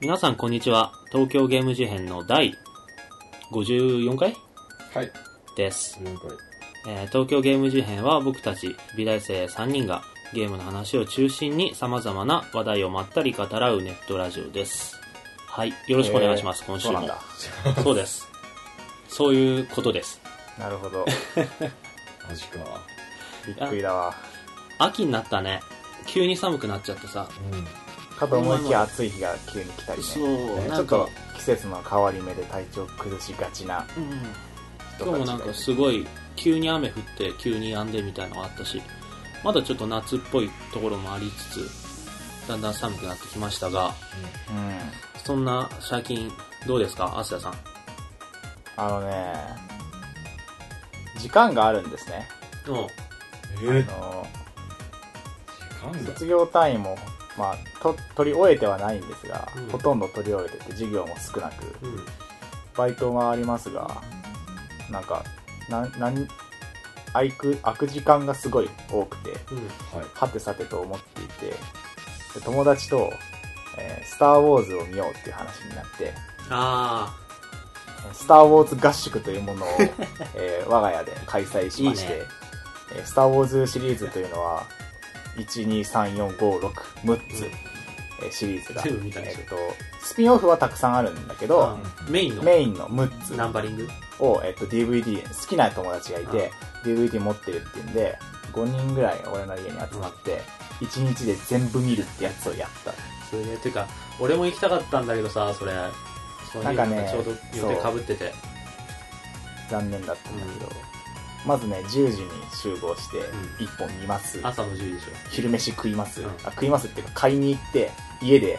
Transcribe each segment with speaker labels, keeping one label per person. Speaker 1: 皆さんこんにちは東京ゲーム事変の第54回
Speaker 2: はい。
Speaker 1: です、
Speaker 2: 了解。
Speaker 1: えー東京ゲーム事変は僕たち美大生3人がゲームの話を中心に様々な話題をまったり語らうネットラジオですはいよろしくお願いします、
Speaker 3: えー
Speaker 1: 今週
Speaker 3: そうなん
Speaker 1: も
Speaker 3: だ。
Speaker 1: そうですそういうことです
Speaker 3: なるほ ど。
Speaker 2: マジか。
Speaker 3: びっくりだわ。
Speaker 1: 秋になったね急に寒くなっちゃってさ、
Speaker 2: う
Speaker 3: かと思いきや暑い日が急に来たりね。
Speaker 1: そう
Speaker 3: ねち
Speaker 1: な
Speaker 3: ょ
Speaker 1: ん
Speaker 3: っ
Speaker 1: か
Speaker 3: と季節の変わり目で体調崩しがちな
Speaker 1: うん
Speaker 3: 人
Speaker 1: 今日も
Speaker 3: た
Speaker 1: なん
Speaker 3: ちが
Speaker 1: か
Speaker 3: い
Speaker 1: すごい急に雨降って急に止んでみたいのがあったしまだちょっと夏っぽいところもありつつだんだん寒くなってきましたが
Speaker 3: る。うん。
Speaker 1: そんな最近どうですかアスヤさん
Speaker 3: あのね、時間があるんですね。
Speaker 1: おう、
Speaker 2: ん。え
Speaker 3: あの
Speaker 2: 時間だ。
Speaker 3: 卒業単位も、まあ、と取り終えてはないんですが、
Speaker 1: うん
Speaker 3: ほとんど取り終えてて授業も少なく、
Speaker 1: うん、
Speaker 3: バイトもありますが、なんか、なん、なん、空く、空く時間がすごい多くて、
Speaker 2: はい。
Speaker 3: はてさてと思っていて、で友達と、えースター・ウォーズを見ようっていう話になって、
Speaker 1: あ
Speaker 3: スター・ウォーズ合宿というもの を、えー我が家で開催しまして
Speaker 1: いいね
Speaker 3: えースター・ウォーズシリーズというのは、1,2,3,4,5,6,6つ、
Speaker 1: うん
Speaker 3: えーシリーズが、え
Speaker 1: 全部見たでしょ
Speaker 3: ーっと、スピンオフはたくさんあるんだけ
Speaker 1: あ
Speaker 3: ど、
Speaker 1: うんメインの
Speaker 3: メインの6つ
Speaker 1: ナンバリング
Speaker 3: を、えっと、DVD、好きな友達がいて、DVD 持ってるっていうんで、5人ぐらい俺の家に集まって、1日で全部見るってやつをやった。
Speaker 1: それねていうか俺も行きたかったんだけどさそれその日
Speaker 3: なんかね
Speaker 1: ちょうど予定かぶってて
Speaker 3: 残念だったんだけど、まずね、10時に集合して、1本見ます。
Speaker 1: 朝の10時でし
Speaker 3: 昼飯食います、
Speaker 1: うん
Speaker 3: あ食いますっていうか買いに行って 家で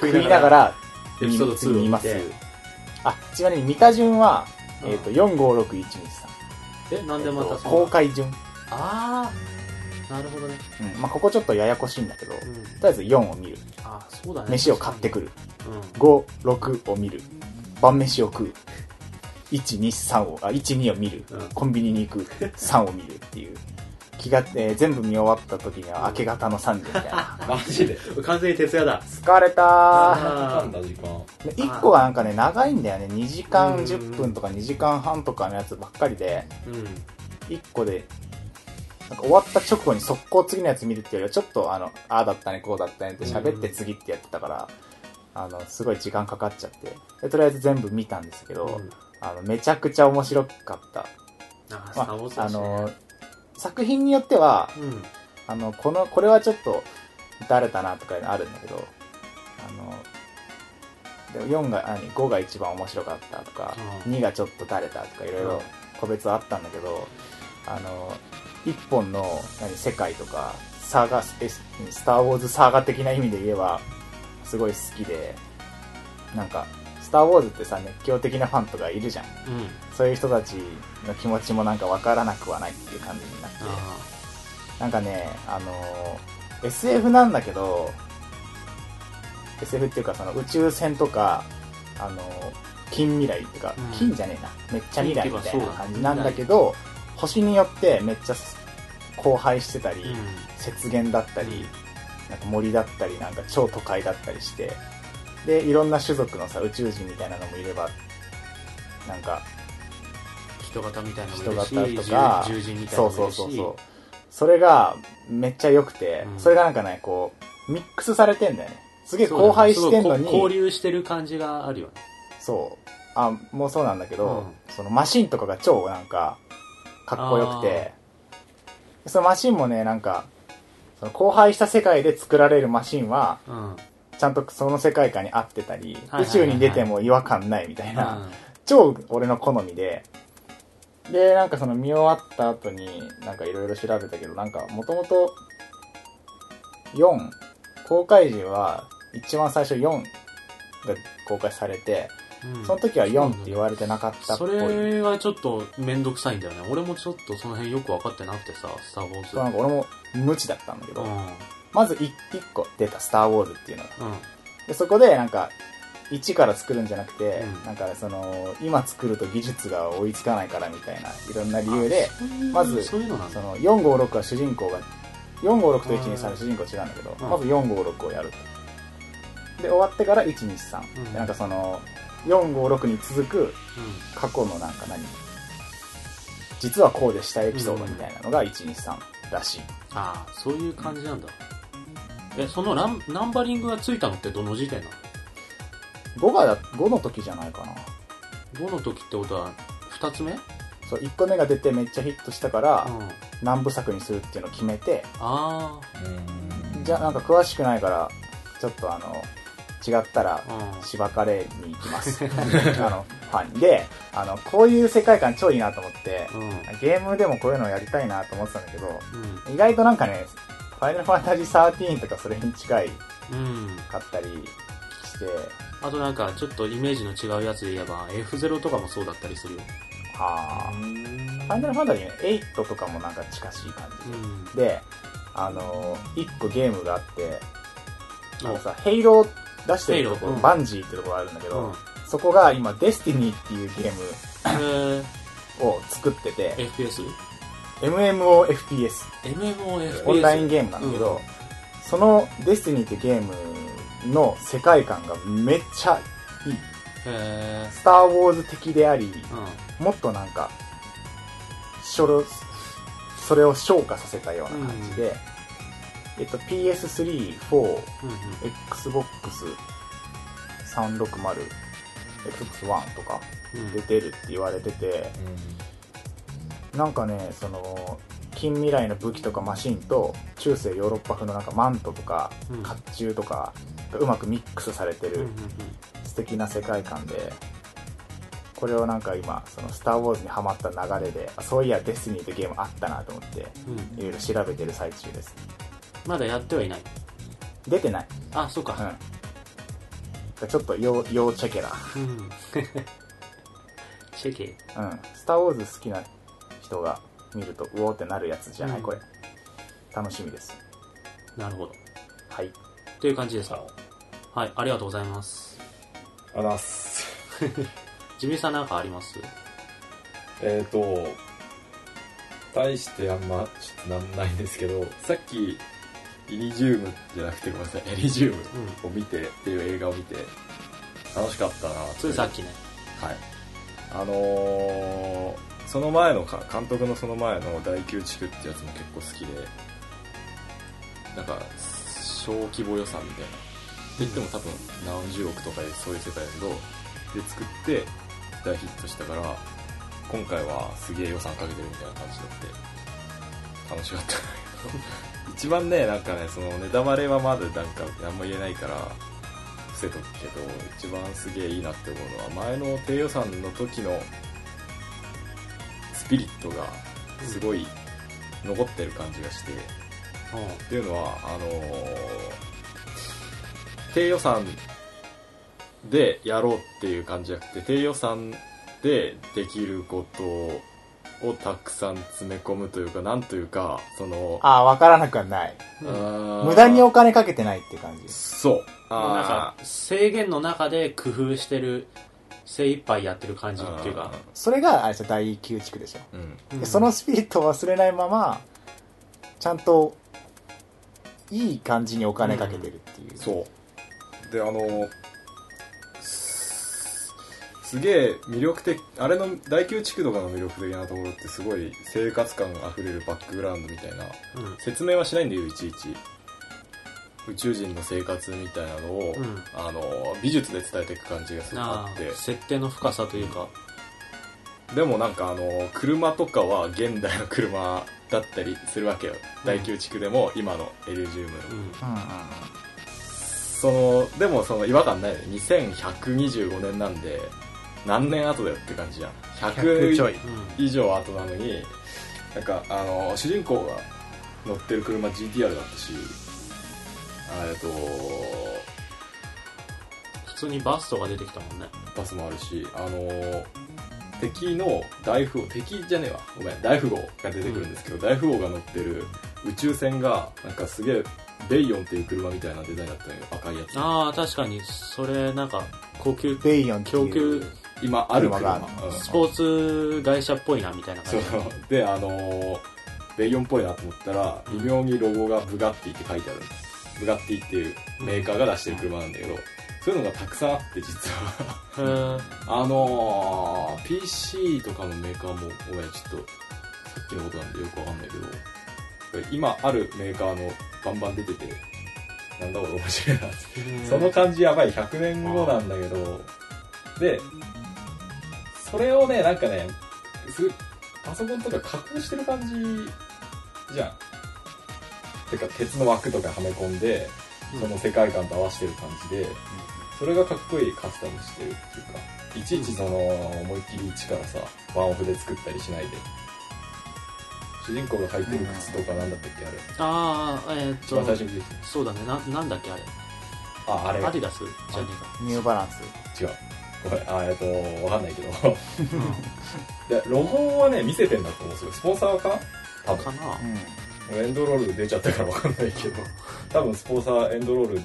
Speaker 3: 食い
Speaker 1: ながら
Speaker 3: ながら
Speaker 1: エピソード2を見て
Speaker 3: 見ますあちなみに見た順は、
Speaker 1: うん
Speaker 3: えっと456123
Speaker 1: ょえなんでまたその
Speaker 3: 公開順、
Speaker 1: ああなるほどね、
Speaker 3: うんまあ、ここちょっとややこしいんだけど、
Speaker 1: う
Speaker 3: と
Speaker 1: ん、
Speaker 3: りあえず4を見る
Speaker 1: あーそうだね
Speaker 3: 飯を買ってくる
Speaker 1: うん
Speaker 3: 56を見る晩飯を食う123をあ12を見る、
Speaker 1: うん
Speaker 3: コンビニに行く3を見るっていう気が、えー全部見終わった時には明け方の3時みたい な
Speaker 2: マジで。
Speaker 1: 完全に徹夜だ
Speaker 3: 疲れたー
Speaker 2: あなんだ、時間。
Speaker 3: で1個がなんかね長いんだよね2時間10分とか2時間半とかのやつばっかりで
Speaker 1: うん
Speaker 3: 1個でなんか終わった直後に速攻次のやつ見るっていうよりはちょっとあのああだったねこうだったねって喋って次ってやってたからあのすごい時間かかっちゃってでとりあえず全部見たんですけど、
Speaker 1: うん
Speaker 3: あのめちゃくちゃ面白かった、
Speaker 1: あー
Speaker 3: ま
Speaker 1: サボ
Speaker 3: あ、
Speaker 1: さ
Speaker 3: あ
Speaker 1: んね
Speaker 3: の作品によっては
Speaker 1: うん
Speaker 3: あのこのこれはちょっと誰だなとかいうのあるんだけどあのでも4が何5が一番面白かったとか、
Speaker 1: うん
Speaker 3: 2がちょっと誰だとかいろい
Speaker 1: うん
Speaker 3: ろ個別はあったんだけどあの1本の何世界とかサーガえススター・ウォーズサーガ的な意味で言えばすごい好きでなんか「スター・ウォーズ」ってさ熱狂的なファンとかいるじゃん
Speaker 1: うん
Speaker 3: そういう人たちの気持ちもなんか分からなくはないっていう感じになって。
Speaker 1: あ
Speaker 3: なんかね、あのー SF なんだけど、SF っていうかその宇宙船とか、あのー近未来っていうか、
Speaker 1: うん
Speaker 3: 近じゃねえな、めっちゃ未来みたいな
Speaker 1: 近っていうかそうだ
Speaker 3: 感じなんだけど、星によってめっちゃ荒廃してたり、
Speaker 1: ーうん
Speaker 3: 雪原だったり、なんか森だったり、なんか超都会だったりして、で、いろんな種族のさ、宇宙人みたいなのもいれば、なんか
Speaker 1: 人型みたいなの
Speaker 3: 人
Speaker 1: もいるし
Speaker 3: 型とか
Speaker 1: 獣人みたいな
Speaker 3: そ
Speaker 1: のも
Speaker 3: う
Speaker 1: い
Speaker 3: そう
Speaker 1: るし
Speaker 3: そうそうそれがめっちゃ良くて、
Speaker 1: うん
Speaker 3: それがなんかねこうミックスされてんだよねすげえ
Speaker 1: そうだね
Speaker 3: 荒廃してんのに
Speaker 1: すごいこ交流してる感じがあるよね
Speaker 3: そうあもうそうなんだけど、
Speaker 1: う
Speaker 3: そのマシンとかが超なんかかっこよくてそのマシンもねなんかその荒廃した世界で作られるマシンは
Speaker 1: うん
Speaker 3: ちゃんとその世界観に合ってたり、
Speaker 1: はいはいはい
Speaker 3: 宇宙に出ても違和感ないみたいな、
Speaker 1: うん
Speaker 3: 超俺の好みで、で、なんかその見終わった後に、なんかいろいろ調べたけど、なんかもともと4、公開時は一番最初4が公開されて、
Speaker 1: うん
Speaker 3: その時は4って言われてなかったっ
Speaker 1: そ
Speaker 3: ぽい。そう
Speaker 1: れはちょっと面倒くさいんだよね俺もちょっとその辺よく分かってなくてさ「スター・ウォーズ」
Speaker 3: なんか俺も無知だったんだけど、
Speaker 1: うん
Speaker 3: まず 1, 個出た、スター・ウォーズっていうのが。
Speaker 1: うん
Speaker 3: でそこでなんか、1から作るんじゃなくて、
Speaker 1: うん
Speaker 3: なんかその、今作ると技術が追いつかないからみたいな、いろんな理由で、まず
Speaker 1: そういうのなん
Speaker 3: そ
Speaker 1: だ
Speaker 3: の456は主人公が456と123の主人公は違うんだけど、
Speaker 1: うん
Speaker 3: まず456をやるで終わってから123、
Speaker 1: うん
Speaker 3: でなんかその456に続く過去のなんか何実はこうでしたエピソードみたいなのが123らしい、
Speaker 1: ああ、そういう感じなんだ。え、そのランナンバリングがついたのってどの時点なの
Speaker 3: 5が5の時じゃないかな
Speaker 1: ?5 の時ってことは、2つ目うん。
Speaker 3: そう1個目が出てめっちゃヒットしたから、
Speaker 1: あ
Speaker 3: 何部作にするっていうのを決めて、
Speaker 1: あ
Speaker 2: うん
Speaker 3: じゃあなんか詳しくないからちょっとあの違ったら
Speaker 1: ー、うん。
Speaker 3: 芝カレーに行きます あのファンであのこういう世界観超いいなと思って
Speaker 1: うん。
Speaker 3: ゲームでもこういうのをやりたいなと思ってたんだけど
Speaker 1: うん。
Speaker 3: 意外となんかね「ファイナルファンタジー13」とかそれに近い
Speaker 1: うん。
Speaker 3: かったりして
Speaker 1: あとなんか、ちょっとイメージの違うやつで言えば、F0 とかもそうだったりするよ。
Speaker 3: あーファイナルファンタジーね8とかもなんか近しい感
Speaker 1: う
Speaker 3: じで、
Speaker 1: ん。
Speaker 3: であの1個ゲームがあってあの
Speaker 1: あ
Speaker 3: さ「ヘイロー」出してるとこ
Speaker 1: ヘイローうん
Speaker 3: バンジーってとこがあるんだけ
Speaker 1: う
Speaker 3: ど、
Speaker 1: ん。
Speaker 3: そこが今「デスティニー」っていうゲーム
Speaker 1: え
Speaker 3: を作ってて
Speaker 1: ー、FPS?
Speaker 3: MMOFPS
Speaker 1: MMOFPS?
Speaker 3: オンラインゲームなんだけど、
Speaker 1: うん
Speaker 3: その「デスティニー」ってゲームの世界観がめっちゃいい
Speaker 1: へ
Speaker 3: 「スター・ウォーズ」的であり
Speaker 1: ーうん。
Speaker 3: もっとなんかそれをそれを昇華させたような感じで、えっと、PS34XBOX360
Speaker 1: うんうん。
Speaker 3: Xbox1 とか
Speaker 1: うん
Speaker 3: 出てるって言われててなんかねその近未来の武器とかマシンと中世ヨーロッパ風のなんかマントとか
Speaker 1: うん
Speaker 3: 甲冑とかがうまくミックスされて
Speaker 1: うんうん
Speaker 3: る素敵な世界観でこれをなんか今「そのスター・ウォーズ」にハマった流れであそういや「デスティニー」ってゲームあったなと思って
Speaker 1: うんうん
Speaker 3: いろいろ調べてる最中です
Speaker 1: まだやってはいない。
Speaker 3: 出てない
Speaker 1: あ、そう
Speaker 3: う
Speaker 1: か。
Speaker 3: んだからちょっと要要チェケラ
Speaker 1: うん。チェケ。
Speaker 3: うん「スター・ウォーズ」好きな人が見るとうおーってなるやつじゃない、
Speaker 1: うん
Speaker 3: これ楽しみです
Speaker 1: なるほど。
Speaker 3: はい
Speaker 1: という感じですか
Speaker 2: あ。
Speaker 1: はい、ありがとうございます。
Speaker 2: あらっす
Speaker 1: ジミーさんなんかあります
Speaker 2: えっ、ー、と大してあんまちょっとなんないんですけどさっきイリジウムじゃなくてごめんなさいエリジウム
Speaker 1: うん。
Speaker 2: を見てっていう映画を見て楽しかったなって
Speaker 1: ついさっきね。
Speaker 2: はい、あのーその前のか監督のその前の「第9地区」ってやつも結構好きでなんか小規模予算みたいな言っても多分何十億とかでそういう世界だけどで作って大ヒットしたから今回はすげえ予算かけてるみたいな感じだって楽しかったんだけど 一番ねなんかねそのネタバレはまだなんか何も言えないから伏せとくけど一番すげえいいなって思うのは前の低予算の時のスピリットがすごい残ってる感じがして、っていうのはあのー低予算でやろうっていう感じじゃなくて低予算でできることをたくさん詰め込むというかなんというかその
Speaker 3: ああ分からなくはない
Speaker 1: うん。うん
Speaker 2: あー
Speaker 3: 無駄にお金かけてないって感じ
Speaker 2: そう
Speaker 1: なん
Speaker 2: あ
Speaker 1: か、制限の中で工夫してる、精一杯やってる感じっていうか。
Speaker 3: それがあれでしょ第9地区でしょ、
Speaker 2: ーうん
Speaker 1: うん
Speaker 3: でその、スピリットを忘れないままちゃんといい感じにお金かけてるっていう、
Speaker 2: そうであのすすげえ魅力的あれの第9地区とかの魅力的なところってすごい生活感あふれるバックグラウンドみたいな
Speaker 1: うん。うん。
Speaker 2: 説明はしないんだよいちいち宇宙人の生活みたいなのを、
Speaker 1: うん
Speaker 2: あの美術で伝えていく感じがすごくあ
Speaker 1: あ
Speaker 2: って
Speaker 1: ー設定の深さというか。
Speaker 2: でもなんかあの車とかは現代の車だったりするわけよ、第9地区でも今のエリジウムの
Speaker 1: うん。
Speaker 3: うんうんうん
Speaker 2: そのでもその違和感ないよね2125年なんで何年後だよって感じじゃん
Speaker 3: 100ちょ
Speaker 2: 100
Speaker 3: い
Speaker 2: 以上後なのになんかあの主人公が乗ってる車 GTR だったしあえっと
Speaker 1: 普通にバスとか出てきたもんね。
Speaker 2: バスもあるしあの敵の大富豪敵じゃねえわごめん大富豪が出てくるんですけど、大富豪が乗ってる宇宙船がなんかすげえベイヨンっていう車みたいなデザインだったのよ赤いやつ
Speaker 1: ああ、確かに、それ、なんか、高級、
Speaker 3: ベイヨンっていう
Speaker 1: 供給、
Speaker 2: 今ある車
Speaker 3: 車が
Speaker 2: うん
Speaker 1: スポーツ会社っぽいな、みたいな
Speaker 2: そ
Speaker 1: 感じ。
Speaker 2: うであのーベイヨンっぽいなと思ったら微妙にロゴがブガッティって書いてあるブガッティっていうメーカーが出してる車なんだけど、そういうのがたくさんあって実は
Speaker 1: へー
Speaker 2: あのー、PC とかのメーカーもごめんちょっとさっきのことなんでよくわかんないけど今あるメーカーのバンバン出ててなんだこれ面白いなってその感じやばい100年後なんだけどでそれをねなんかねすパソコンとか加工してる感じじゃんてか鉄の枠とかはめ込んでその世界観と合わせてる感じでそれがかっこいいカスタムしてるっていうかいちいちその思いっきり一からさワンオフで作ったりしないで主人公が履いてる靴とかなんだったっけあれ
Speaker 1: ああえーっ
Speaker 2: 一番最初
Speaker 1: と
Speaker 2: に出てき
Speaker 1: そうだねななんだっけあれ
Speaker 2: たああれ
Speaker 1: アディダスじゃね
Speaker 3: ニューバランス。
Speaker 2: 違うごめんあえっとわかんないけど
Speaker 1: えか、
Speaker 2: でロゴをね見せてんだと思うんですよスポンサーかな
Speaker 1: う
Speaker 2: 多
Speaker 1: ん、か
Speaker 2: 分
Speaker 1: な
Speaker 3: う
Speaker 2: エンドロール出ちゃったから分かんないけど 多分スポンサーエンドロール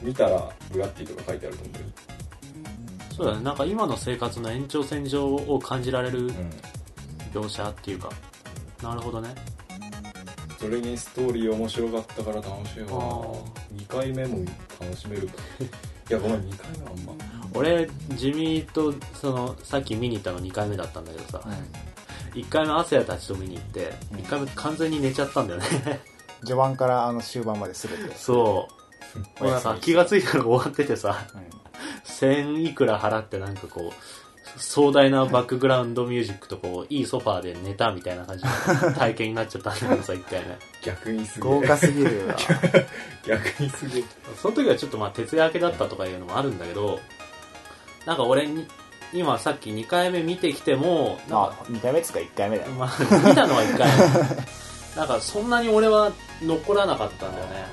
Speaker 2: 見たらブガッティとか書いてあると思うよ
Speaker 1: そうだねなんか今の生活の延長線上を感じられる
Speaker 2: うん
Speaker 1: 描写っていうかなるほどね
Speaker 2: それにストーリー面白かったから楽しい
Speaker 1: あ
Speaker 2: わ2回目も楽しめる いやごめん2回目はあんま
Speaker 1: 俺地味とそのさっき見に行ったの2回目だったんだけどさ、
Speaker 3: ん。
Speaker 1: 1回目アセヤたちと見に行って
Speaker 3: うん
Speaker 1: 1回目完全に寝ちゃったんだよね
Speaker 3: 序盤からあの終盤まで全て。
Speaker 1: そうもうなんか気がついたら終わっててさ
Speaker 3: うん。
Speaker 1: 1000いくら払ってなんかこう壮大なバックグラウンドミュージックとこういいソファーで寝たみたいな感じ の体験になっちゃったんだけどさ1回目
Speaker 2: 逆にすげ
Speaker 3: 豪華
Speaker 2: え
Speaker 3: すぎるわ。
Speaker 2: 逆にすげえ
Speaker 1: その時はちょっとまあ徹夜明けだったとかいうのもあるんだけどなんか俺に今さっき2回目見てきてもなんか
Speaker 3: まあ、2回目っつうか1回目だよ。
Speaker 1: まあ、見たのは一 回目なんかそんなに俺は残らなかったんだよね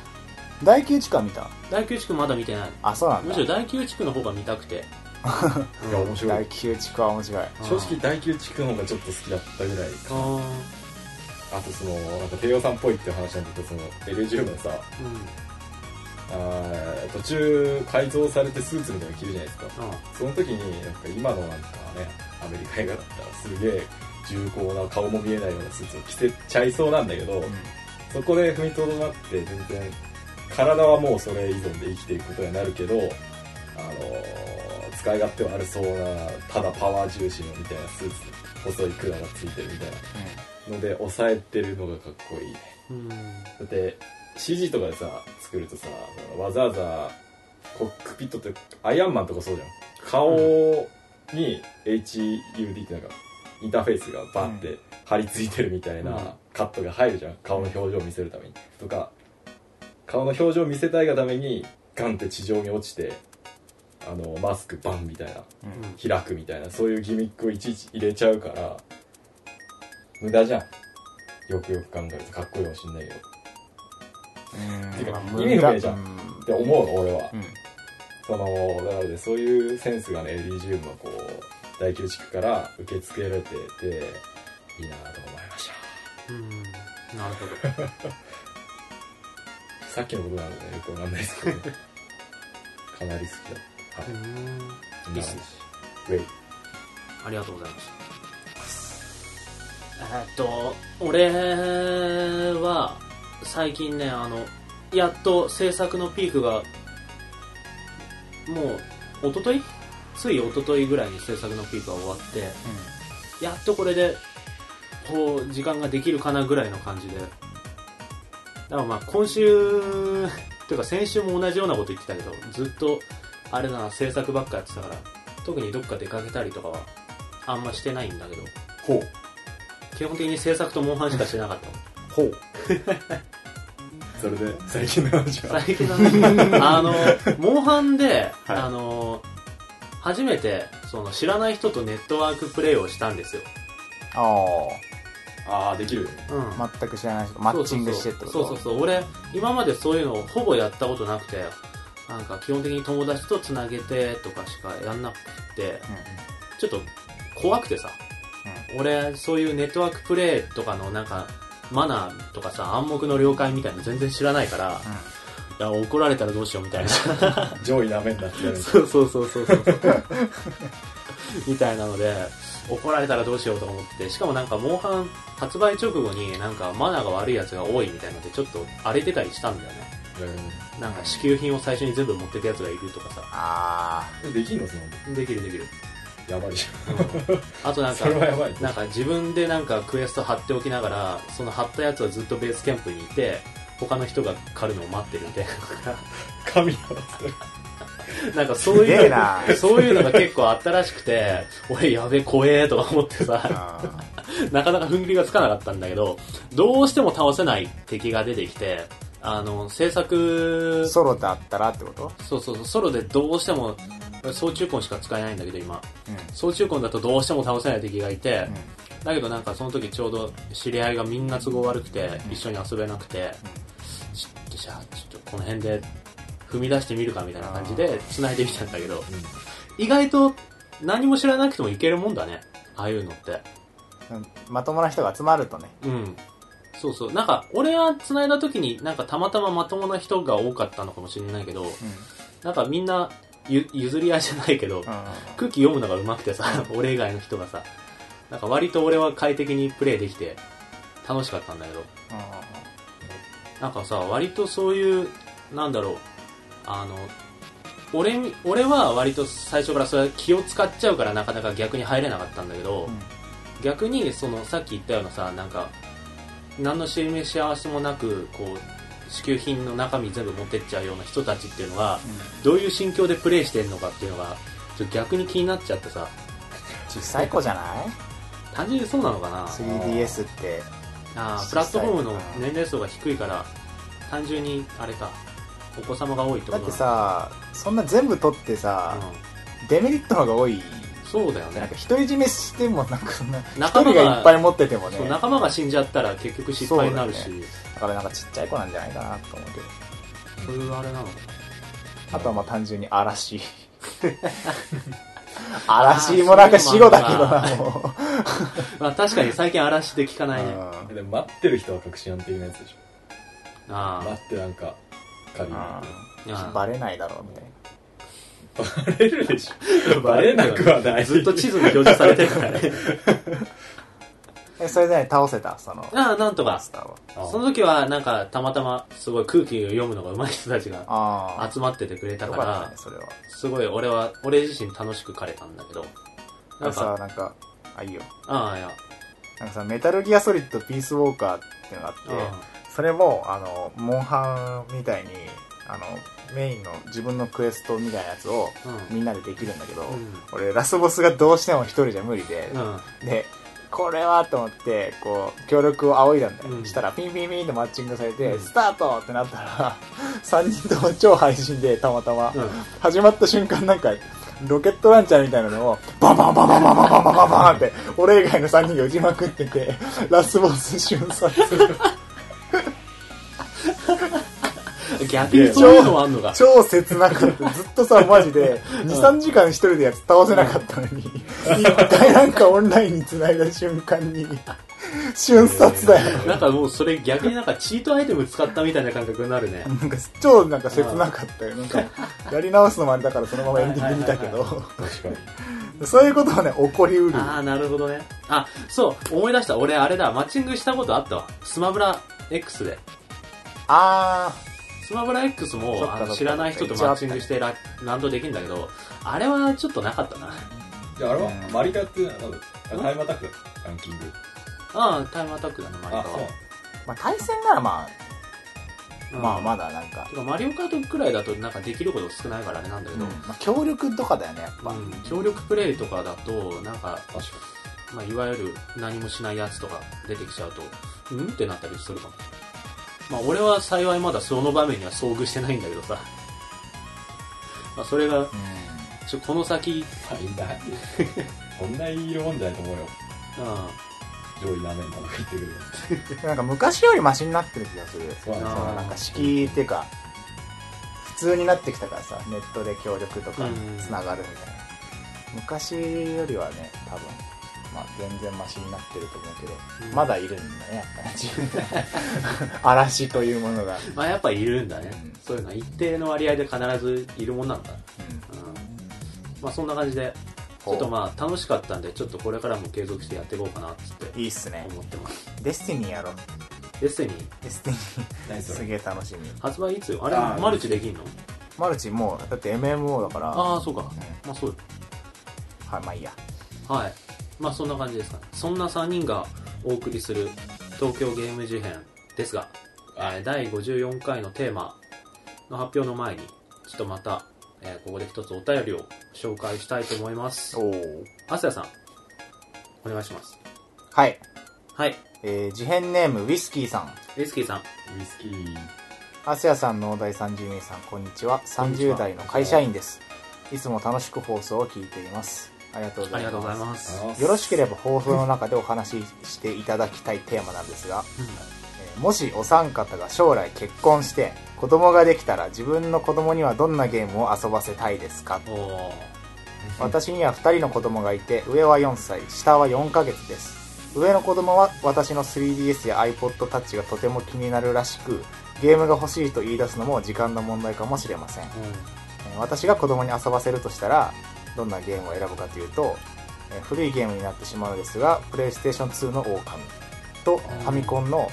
Speaker 3: 第9地下見た
Speaker 1: 大宮地区まだ見てない
Speaker 3: あ、そうなん
Speaker 1: む
Speaker 3: だ
Speaker 1: し。ろ大宮地区の方が見たくて
Speaker 2: いや面白
Speaker 3: 第
Speaker 2: い
Speaker 3: 9地下は面白い。
Speaker 2: 正直第9地区の方がちょっと好きだったぐらい
Speaker 1: あー
Speaker 2: あとそのなんか帝王さんっぽいっていう話なんだけどその L10 のさ
Speaker 1: う
Speaker 2: あー途中改造されてスーツみたいなの着るじゃないですか
Speaker 1: んうん
Speaker 2: その時になんか今のなんかねアメリカ映画だったらすげえ重厚な顔も見えないようなスーツを着せちゃいそうなんだけど、そこで踏みとどまって全然体はもうそれ以前で生きていくことになるけど、あのー使い勝手は悪そうなただパワー重視のみたいなスーツ細い管がついてるみたいなので抑えてるのがかっこいいね
Speaker 1: うん
Speaker 2: だって CG とかでさ作るとさわざわざコックピットってアイアンマンとかそうじゃん顔に HUD ってなんかインターフェースがバーっ
Speaker 3: う
Speaker 2: て張り付いてるみたい
Speaker 1: うん
Speaker 2: なカットが入るじゃん顔の表情を見せるためにとか顔の表情を見せたいがためにガンって地上に落ちてあのマスクバンみたいな
Speaker 3: うん。うん。
Speaker 2: 開くみたいなそういうギミックをいちいち入れちゃうから無駄じゃんよくよく考えるとかっこいいかもしんないけど
Speaker 3: うん
Speaker 2: てか
Speaker 3: まあ
Speaker 2: 意味不明じゃん
Speaker 3: うん
Speaker 2: って思うの俺は、
Speaker 3: うん。
Speaker 2: そのなのでそういうセンスがねエリジウムはこう第9地区から受け付けられてていいなと思いました
Speaker 1: うんなるほ ど
Speaker 2: さっきのことなのでよくわかんないですけ どかなり好きだは
Speaker 1: うん
Speaker 2: い
Speaker 1: いいっすね
Speaker 2: ウェイ
Speaker 1: ありがとうございますえーっと俺は最近ねあのやっと制作のピークがもう一昨日つい一昨日ぐらいに制作のピークが終わってやっとこれでこう時間ができるかなぐらいの感じでだからまあ今週というか先週も同じようなこと言ってたけどずっとあれだな制作ばっかやってたから特にどっか出かけたりとかはあんましてないんだけど
Speaker 2: ほ
Speaker 1: 基本的に制作とモンハンしかしてなかった
Speaker 2: うほう それで最近の話 は
Speaker 1: 最近の話あの、モンハンで、
Speaker 2: はい
Speaker 1: あの、初めて、その、知らない人とネットワークプレイをしたんですよ。
Speaker 3: あ
Speaker 2: ああできるよね
Speaker 1: うん。
Speaker 3: あ、全く知らない人、マッチングしてってこと
Speaker 1: そうそうそうそうそう俺今までそういうのをほぼやったことなくてなんか基本的に友達とつなげてとかしかやんなくてちょっと怖くてさ、俺そういうネットワークプレイとかのなんかマナーとかさ暗黙の了解みたいなの全然知らないから、いや怒られたらどうしようみたいな
Speaker 2: 上位なめんなってやる
Speaker 1: そうそうそうそうそう。 みたいなので、怒られたらどうしようと思って、しかもなんか、モンハン発売直後になんかマナーが悪いやつが多いみたいなので、ちょっと荒れてたりしたんだよね。なんか支給品を最初に全部持ってくやつがいるとかさ
Speaker 3: ああ
Speaker 2: えできんのその
Speaker 1: できるできる、
Speaker 2: やばいじ
Speaker 1: うんあと
Speaker 2: ゃ
Speaker 1: なんん
Speaker 2: それは
Speaker 1: か
Speaker 2: やばい
Speaker 1: なんか自分でなんかクエスト貼っておきながらその貼ったやつはずっとベースキャンプにいて他の人が狩るのを待ってるみたい
Speaker 2: 神のそれ
Speaker 1: な なんかそう
Speaker 3: すげ
Speaker 1: い
Speaker 3: え
Speaker 1: う
Speaker 3: な
Speaker 1: のそういうのが結構あったらしくて俺やべえ怖えとか思って さ
Speaker 3: あ
Speaker 1: なかなか踏ん切りがつかなかったんだけどどうしても倒せない敵が出てきてあの制作
Speaker 3: ーソロだったらってこと
Speaker 1: そうそうそうソロでどうしても総中根しか使えないんだけど今
Speaker 3: うん
Speaker 1: 総中根だとどうしても倒せない敵がいて、
Speaker 3: うん
Speaker 1: だけどなんかその時ちょうど知り合いがみんな都合悪くて
Speaker 3: うん
Speaker 1: 一緒に遊べなくて、ちょっとじゃあちょっとこの辺で踏み出してみるかみたいな感じで繋いでみたんだけど意外と何も知らなくてもいけるもんだねああいうのって
Speaker 3: うんまともな人が集まるとね
Speaker 1: うんそうそうなんか俺は繋いだ時になんかたまたままともな人が多かったのかもしれないけどなんかみんなゆ譲り合いじゃないけど、
Speaker 3: うん
Speaker 1: 空気読むのが上手くてさ、 俺以外の人がさ、なんか割と俺は快適にプレイできて楽しかったんだけど、なんかさ、割とそういう、なんだろう、あの、俺に、俺は割と最初からそれは気を使っちゃうからなかなか逆に入れなかったんだけど、
Speaker 3: うん
Speaker 1: 逆にそのさっき言ったようなさ、なんか、何の示し合わせもなく、こう、支給品の中身全部持ってっちゃうような人たちっていうのは、どういう心境でプレイしてるのかっていうのが、ちょっと逆に気になっちゃってさ、
Speaker 3: 小さい子じゃない
Speaker 1: 単純にそうなのかな
Speaker 3: 3DS って
Speaker 1: あー
Speaker 3: 小さい
Speaker 1: プラットフォームの年齢層が低いから単純にあれかお子様が多いってこ
Speaker 3: だ
Speaker 1: と
Speaker 3: っ
Speaker 1: な
Speaker 3: てさそんな全部取ってさ、
Speaker 1: う
Speaker 3: デメリットの方が多い
Speaker 1: ん、そうだよ
Speaker 3: なん
Speaker 1: ね
Speaker 3: か独り占めしてもなんかそんな一
Speaker 1: 仲間
Speaker 3: 人
Speaker 1: が
Speaker 3: がいっぱい持っててもね
Speaker 1: そう仲間が死んじゃったら結局失敗になるし
Speaker 3: そ
Speaker 1: そうう,、
Speaker 3: だからなんかちっちゃい子なんじゃないかなと思うけど
Speaker 1: いうあれなのか
Speaker 3: あとはまあ単純に 嵐嵐もなんか死後だけどなも
Speaker 1: まあ確かに最近嵐で聞かないねあ
Speaker 3: う
Speaker 2: でも待ってる人は確信安定なやつでしょ
Speaker 1: あ
Speaker 2: 待ってなんか神
Speaker 3: うん
Speaker 2: の
Speaker 3: うん
Speaker 1: あ
Speaker 3: バレないだろうみたいな
Speaker 2: バレるでしょバレなくはな
Speaker 1: あ
Speaker 2: い
Speaker 1: ずっと地図に表示されてる からね
Speaker 3: えそれで、ね、倒せたその
Speaker 1: ああなんと
Speaker 3: マ
Speaker 1: か
Speaker 3: スターは
Speaker 2: あ
Speaker 1: その時はなんかたまたますごい空気を読むのが上手い人たちが
Speaker 3: あ
Speaker 1: 集まっててくれ
Speaker 3: あ
Speaker 1: た
Speaker 3: よ
Speaker 1: か
Speaker 3: かった
Speaker 1: ら
Speaker 3: ねそれは
Speaker 1: すごい俺は俺自身楽しく枯れたんだけどな
Speaker 3: な
Speaker 1: んん
Speaker 3: かさ
Speaker 1: か
Speaker 3: なんかあいいよ
Speaker 1: ああいや
Speaker 3: なんかさメタルギアソリッドピースウォーカーっていうのがあって、
Speaker 1: う
Speaker 3: それもあのモンハンみたいにあのメインの自分のクエストみたいなやつを
Speaker 1: ん
Speaker 3: みんなでできるんだけど、
Speaker 1: うん
Speaker 3: 俺ラスボスがどうしても一人じゃ無理で、
Speaker 1: うん
Speaker 3: でこれはと思ってこう協力を仰いだんだよ、
Speaker 1: うん
Speaker 3: したらピンピンピンってマッチングされて、
Speaker 1: うん
Speaker 3: スタートってなったら3人とも超配信でたまたま、
Speaker 1: うん
Speaker 3: 始まった瞬間なんかロケットランチャーみたいなのをバンバンバンバンバンバンバンバンバンバンって俺以外の3人が打ちまくっててラスボス瞬殺する
Speaker 1: 逆にそういうのもあんのか
Speaker 3: 超切なくてずっとさマジで23時間一人でやつ倒せなかったのに一回なんかオンラインに繋いだ瞬間に瞬殺だよ
Speaker 1: なんかもうそれ逆になんかチートアイテム使ったみたいな感覚になるね
Speaker 3: なんか超なんか切なかったよなんかやり直すのもあれだからそのままエンディング見たけど
Speaker 2: 確かに
Speaker 3: そういうことはね起こりうる
Speaker 1: ああなるほどねあそう思い出した俺あれだマッチングしたことあったわスマブラ X で
Speaker 3: あ
Speaker 1: スマブラ X も
Speaker 3: そっか
Speaker 1: あの
Speaker 3: そっか
Speaker 1: 知らない人とマッチングしてラランドできるんだけどあれはちょっとなかったな
Speaker 2: じゃああれは
Speaker 3: うん
Speaker 2: マリカってなんだっけあタイムアタックだランキング
Speaker 1: ああタイムアタックだねマリカ
Speaker 2: あそう
Speaker 1: は
Speaker 3: まあ対戦ならまあ
Speaker 1: うん
Speaker 3: まあまだなんか、
Speaker 1: てかマリオカートくらいだとなんかできること少ないからあれなんだけど、うん
Speaker 3: まあ、協力とかだよねやっぱ、
Speaker 1: 協力プレイとかだとなんか
Speaker 2: 確か
Speaker 1: まあ、いわゆる何もしないやつとか出てきちゃうと、うんってなったりするかも。まあ、俺は幸いまだその場面には遭遇してないんだけどさ。 まあ、それが、ちょ、この先、
Speaker 2: に大変だ こんな言いようもんじゃないと思うよ
Speaker 1: う
Speaker 2: 上位何年か入ってくるや
Speaker 3: なんか昔よりマシになってる気がする
Speaker 2: つそう
Speaker 1: あー
Speaker 2: なんですよ
Speaker 3: なんか敷居っていうか普通になってきたからさネットで協力とか
Speaker 1: うん
Speaker 3: つながるみたいな、昔よりはね多分まあ全然マシになってると思うけど、
Speaker 1: うん
Speaker 3: まだいるんだねや っぱり自分嵐というものが、
Speaker 1: ん。まあ、やっぱいるんだね
Speaker 3: うん。
Speaker 1: そういうのは一定の割合で必ずいるもんなんだ。うん。まあ、そんな感じで、ち
Speaker 3: ほう
Speaker 1: ょっとまあ、楽しかったんで、ちょっとこれからも継続してやっていこうかな、つって
Speaker 3: いいっすね
Speaker 1: 思ってます。
Speaker 3: デスティニーやろ
Speaker 1: デスティニー
Speaker 3: エスティニ
Speaker 2: 何
Speaker 3: ー
Speaker 2: そ
Speaker 3: す
Speaker 2: れ
Speaker 3: げえ楽しみ
Speaker 1: 発売いつよあれ
Speaker 2: あー
Speaker 1: マルチできんの
Speaker 3: マルチもうだって MMO だから
Speaker 1: ああーそうか
Speaker 3: ね
Speaker 1: まあそうよ
Speaker 3: はいまあいいや
Speaker 1: はいまあそんな感じですかねそんな3人がお送りする東京ゲーム事変ですが、えー第54回のテーマの発表の前にちょっとまた、えーここで一つお便りを紹介したいと思います
Speaker 3: おお
Speaker 1: アスヤさんお願いします
Speaker 3: はい
Speaker 1: はい
Speaker 3: えー、事変ネームウィスキーさん
Speaker 1: エスキーさん
Speaker 2: ウイスキー
Speaker 3: アスヤさんの大30名さんこんにちは
Speaker 1: んにちは
Speaker 3: 30代の会社員ですいつも楽しく放送を聞いていますありがとうご
Speaker 1: あ
Speaker 3: ざい
Speaker 1: り
Speaker 3: ま
Speaker 1: が
Speaker 3: す
Speaker 1: とうございます
Speaker 3: よろしけれ
Speaker 2: ば
Speaker 3: ば抱負の中でお話ししていただきたいテーマなんですが、
Speaker 1: うん
Speaker 3: えーもしお三方が将来結婚して子供ができたら自分の子供にはどんなゲームを遊ばせたいですか
Speaker 1: おー
Speaker 3: 私には2人の子供がいて上は4歳下は4ヶ月です上の子供は私の 3DS や iPodTouch がとても気になるらしくゲームが欲しいと言い出すのも時間の問題かもしれません
Speaker 1: う
Speaker 3: えー私が子供に遊ばせるとしたらどんなゲームを選ぶかというとえー古いゲームになってしまうのですがプレイステーション2のオオカミとファミコンの、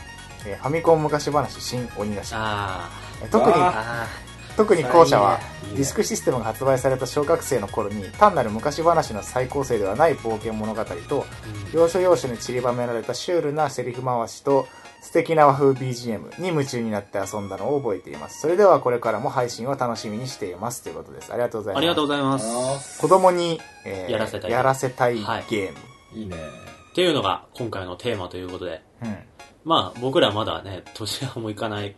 Speaker 3: えーファミコン昔話新鬼ヶ
Speaker 1: ん
Speaker 3: 島
Speaker 1: あ
Speaker 3: えー特に
Speaker 2: うわ
Speaker 1: あ
Speaker 3: 特に後者は
Speaker 2: あいいね
Speaker 3: ディスクシステムが発売された小学生の頃に単なる昔話の再構成ではない冒険物語と要所要所に散りばめられたシュールなセリフ回しと素敵な和風 BGM に夢中になって遊んだのを覚えていますそれではこれからも配信を楽しみにしていますということですありがとうござい
Speaker 1: うん
Speaker 3: ます
Speaker 1: ありがとうございます
Speaker 3: 子供に、え
Speaker 1: やらせたい
Speaker 3: やらせたいゲ
Speaker 1: はい
Speaker 3: ーム、
Speaker 2: いいね
Speaker 1: っていうのが今回のテーマということで
Speaker 3: うん
Speaker 1: まあ僕らまだね、年はもういかない、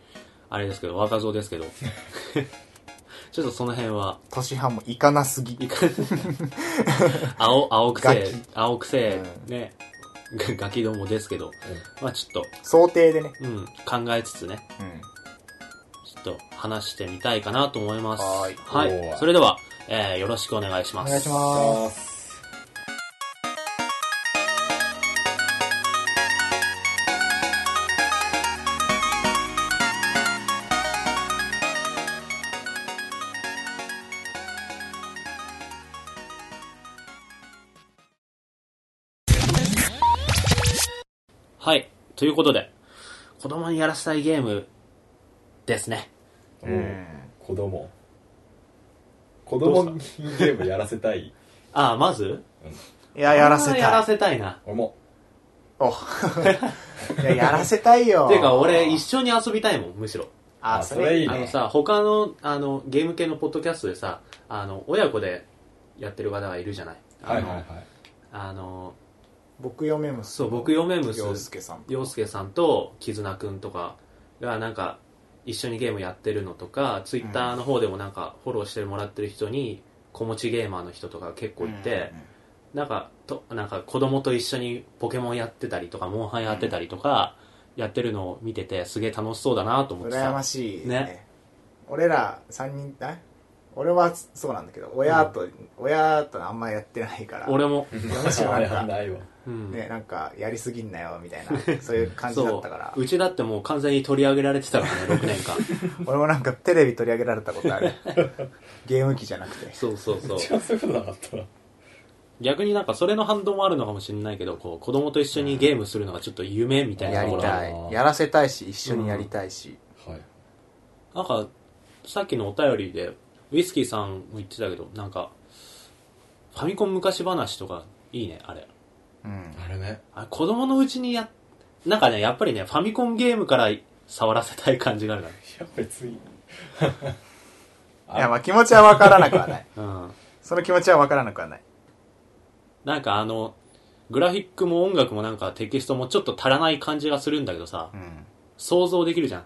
Speaker 1: あれですけど、若造ですけど、 ちょっとその辺は、
Speaker 3: 年半もいかなすぎ
Speaker 1: いか 青、青くせ
Speaker 3: ガ
Speaker 1: え
Speaker 3: キ、
Speaker 1: 青くせえ
Speaker 3: う、
Speaker 1: ね、がガキどもですけど、まあちょっ
Speaker 3: 想定でね、
Speaker 1: と、うん、考えつつね、
Speaker 3: うん、
Speaker 1: ちょっと話してみたいかなと思います。
Speaker 3: はーい
Speaker 2: おー
Speaker 1: それでは、えーよろしくお願いします。
Speaker 3: ま
Speaker 1: はい。ということで、子供にやらせたいゲームですね。
Speaker 2: お
Speaker 3: う
Speaker 2: ー
Speaker 3: ん
Speaker 2: 子供子供にゲームやらせたい
Speaker 1: ああ、まず
Speaker 3: いややらせたい
Speaker 1: あーやらせたいな。
Speaker 2: 俺も
Speaker 3: おいややらせたいよ
Speaker 1: ていうか俺一緒に遊びたいもん、むしろ。
Speaker 3: あ
Speaker 2: あ
Speaker 3: そ
Speaker 2: それ
Speaker 3: れ
Speaker 2: いいね
Speaker 1: あのさ、他のあのゲーム系のポッドキャストでさ、あの親子でやってる方がいるじゃない。あの
Speaker 2: はいはいはい
Speaker 1: あの
Speaker 3: 僕嫁む
Speaker 1: そう、僕、嫁むす
Speaker 3: 洋介さん
Speaker 1: 洋介さんと絆くんとかがなんか一緒にゲームやってるのとか、ツイッターの方でもなんかフォローしてもらってる人に、子持ちゲーマーの人とか結構いて、なんかとなんか子供と一緒にポケモンやってたりとか、モンハンやってたりとか、やってるのを見てて、すげえ楽しそうだなと
Speaker 3: う
Speaker 1: 思
Speaker 3: ん
Speaker 1: っ
Speaker 3: うん
Speaker 1: て
Speaker 3: 羨
Speaker 1: さ。
Speaker 3: ましい
Speaker 1: ね
Speaker 3: 俺ら3人だ俺はそうなんだけど親と、親とあんまやってないから
Speaker 1: 俺も、
Speaker 3: むしろなんか
Speaker 2: やんないわ
Speaker 1: うん
Speaker 3: ねなんかやりすぎんなよみたいな そういう感じだったから
Speaker 1: そううちだってもう完全に取り上げられてた からね6年間
Speaker 3: 俺もなんかテレビ取り上げられたことある ゲーム機じゃなくて
Speaker 1: そうそうそう
Speaker 2: 違うそういうことなかったな
Speaker 1: 逆になんかそれの反動もあるのかもしれないけどこう子供と一緒にゲームするのがちょっと夢みたいな
Speaker 3: や
Speaker 1: とこ
Speaker 3: り
Speaker 1: ろがあ
Speaker 3: た
Speaker 1: る
Speaker 2: あー
Speaker 3: いやらせたいし一緒にやりたいし、
Speaker 2: はい
Speaker 1: なんかさっきのお便りでウイスキーさんも言ってたけどなんかファミコン昔話とかいいねあれ
Speaker 3: うん
Speaker 2: あれね
Speaker 1: あ子供のうちにやなんかねやっぱりねファミコンゲームから触らせたい感じがあるか
Speaker 2: いや別に
Speaker 3: いやまあ気持ちは分からなくはない
Speaker 1: らうん
Speaker 3: その気持ちは分からなくはない
Speaker 1: なんかあのグラフィックも音楽もなんかテキストもちょっと足らない感じがするんだけどさ、
Speaker 3: うん
Speaker 1: 想像できるじゃん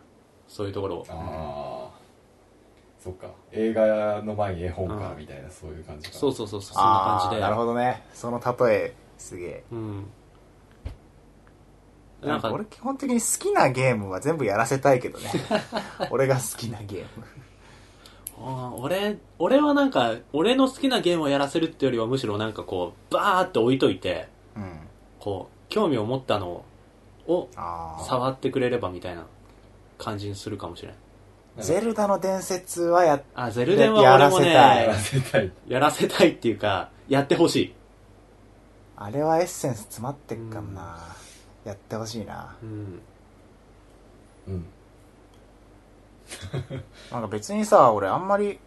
Speaker 1: そういうところを
Speaker 2: ああそっか映画の前に絵本か
Speaker 1: うん
Speaker 2: みたいなそういう感じか
Speaker 1: そうそうそうそうそんな
Speaker 3: あ
Speaker 1: 感じ
Speaker 3: あ
Speaker 1: で
Speaker 3: なるほどねその例えすげえ
Speaker 1: うん
Speaker 3: な
Speaker 1: なんん
Speaker 3: か
Speaker 1: か
Speaker 3: 俺基本的に好きなゲームは全部やらせたいけ どね俺が好きなゲーム
Speaker 1: あー俺俺はなんか俺の好きなゲームをやらせるってよりはむしろなんかこうバーって置いといて
Speaker 3: うん
Speaker 1: こう興味を持ったのを
Speaker 3: ああ
Speaker 1: 触ってくれればみたいな感じにするかもしれない
Speaker 2: なんか
Speaker 3: ゼルダの伝説はや
Speaker 1: あゼルデンは
Speaker 3: や
Speaker 1: 俺もね
Speaker 3: やら
Speaker 2: やら
Speaker 3: せ
Speaker 2: せたい
Speaker 1: やらせたいっていうかやってほしい、
Speaker 3: あれはエッセンス詰まってっかんな、やってほしいな
Speaker 1: うん、
Speaker 2: うん
Speaker 3: なんか別にさ、俺あんまり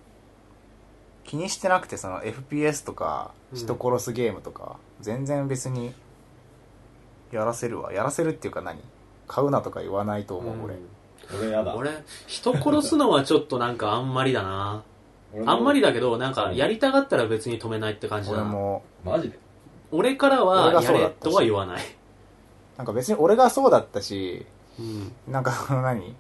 Speaker 3: 気にしてなくて、その FPS とか
Speaker 1: うん
Speaker 3: 人殺すゲームとか、全然別にやらせるわ。やらせるっていうか何買うなとか言わないと思う、俺。
Speaker 2: 俺やだ
Speaker 1: 俺人殺すのはちょっとなんかあんまりだな
Speaker 2: 俺も
Speaker 1: あんまりだけどなんかやりたがったら別に止めないって感じだ
Speaker 3: 俺
Speaker 1: な
Speaker 3: も、
Speaker 2: マジで
Speaker 1: 俺からは
Speaker 3: 俺が
Speaker 1: や
Speaker 3: そうだ
Speaker 1: れ
Speaker 3: ったし
Speaker 1: とは言わない、
Speaker 3: なんか別に俺がそうだったし、
Speaker 1: うん、
Speaker 3: なんかその何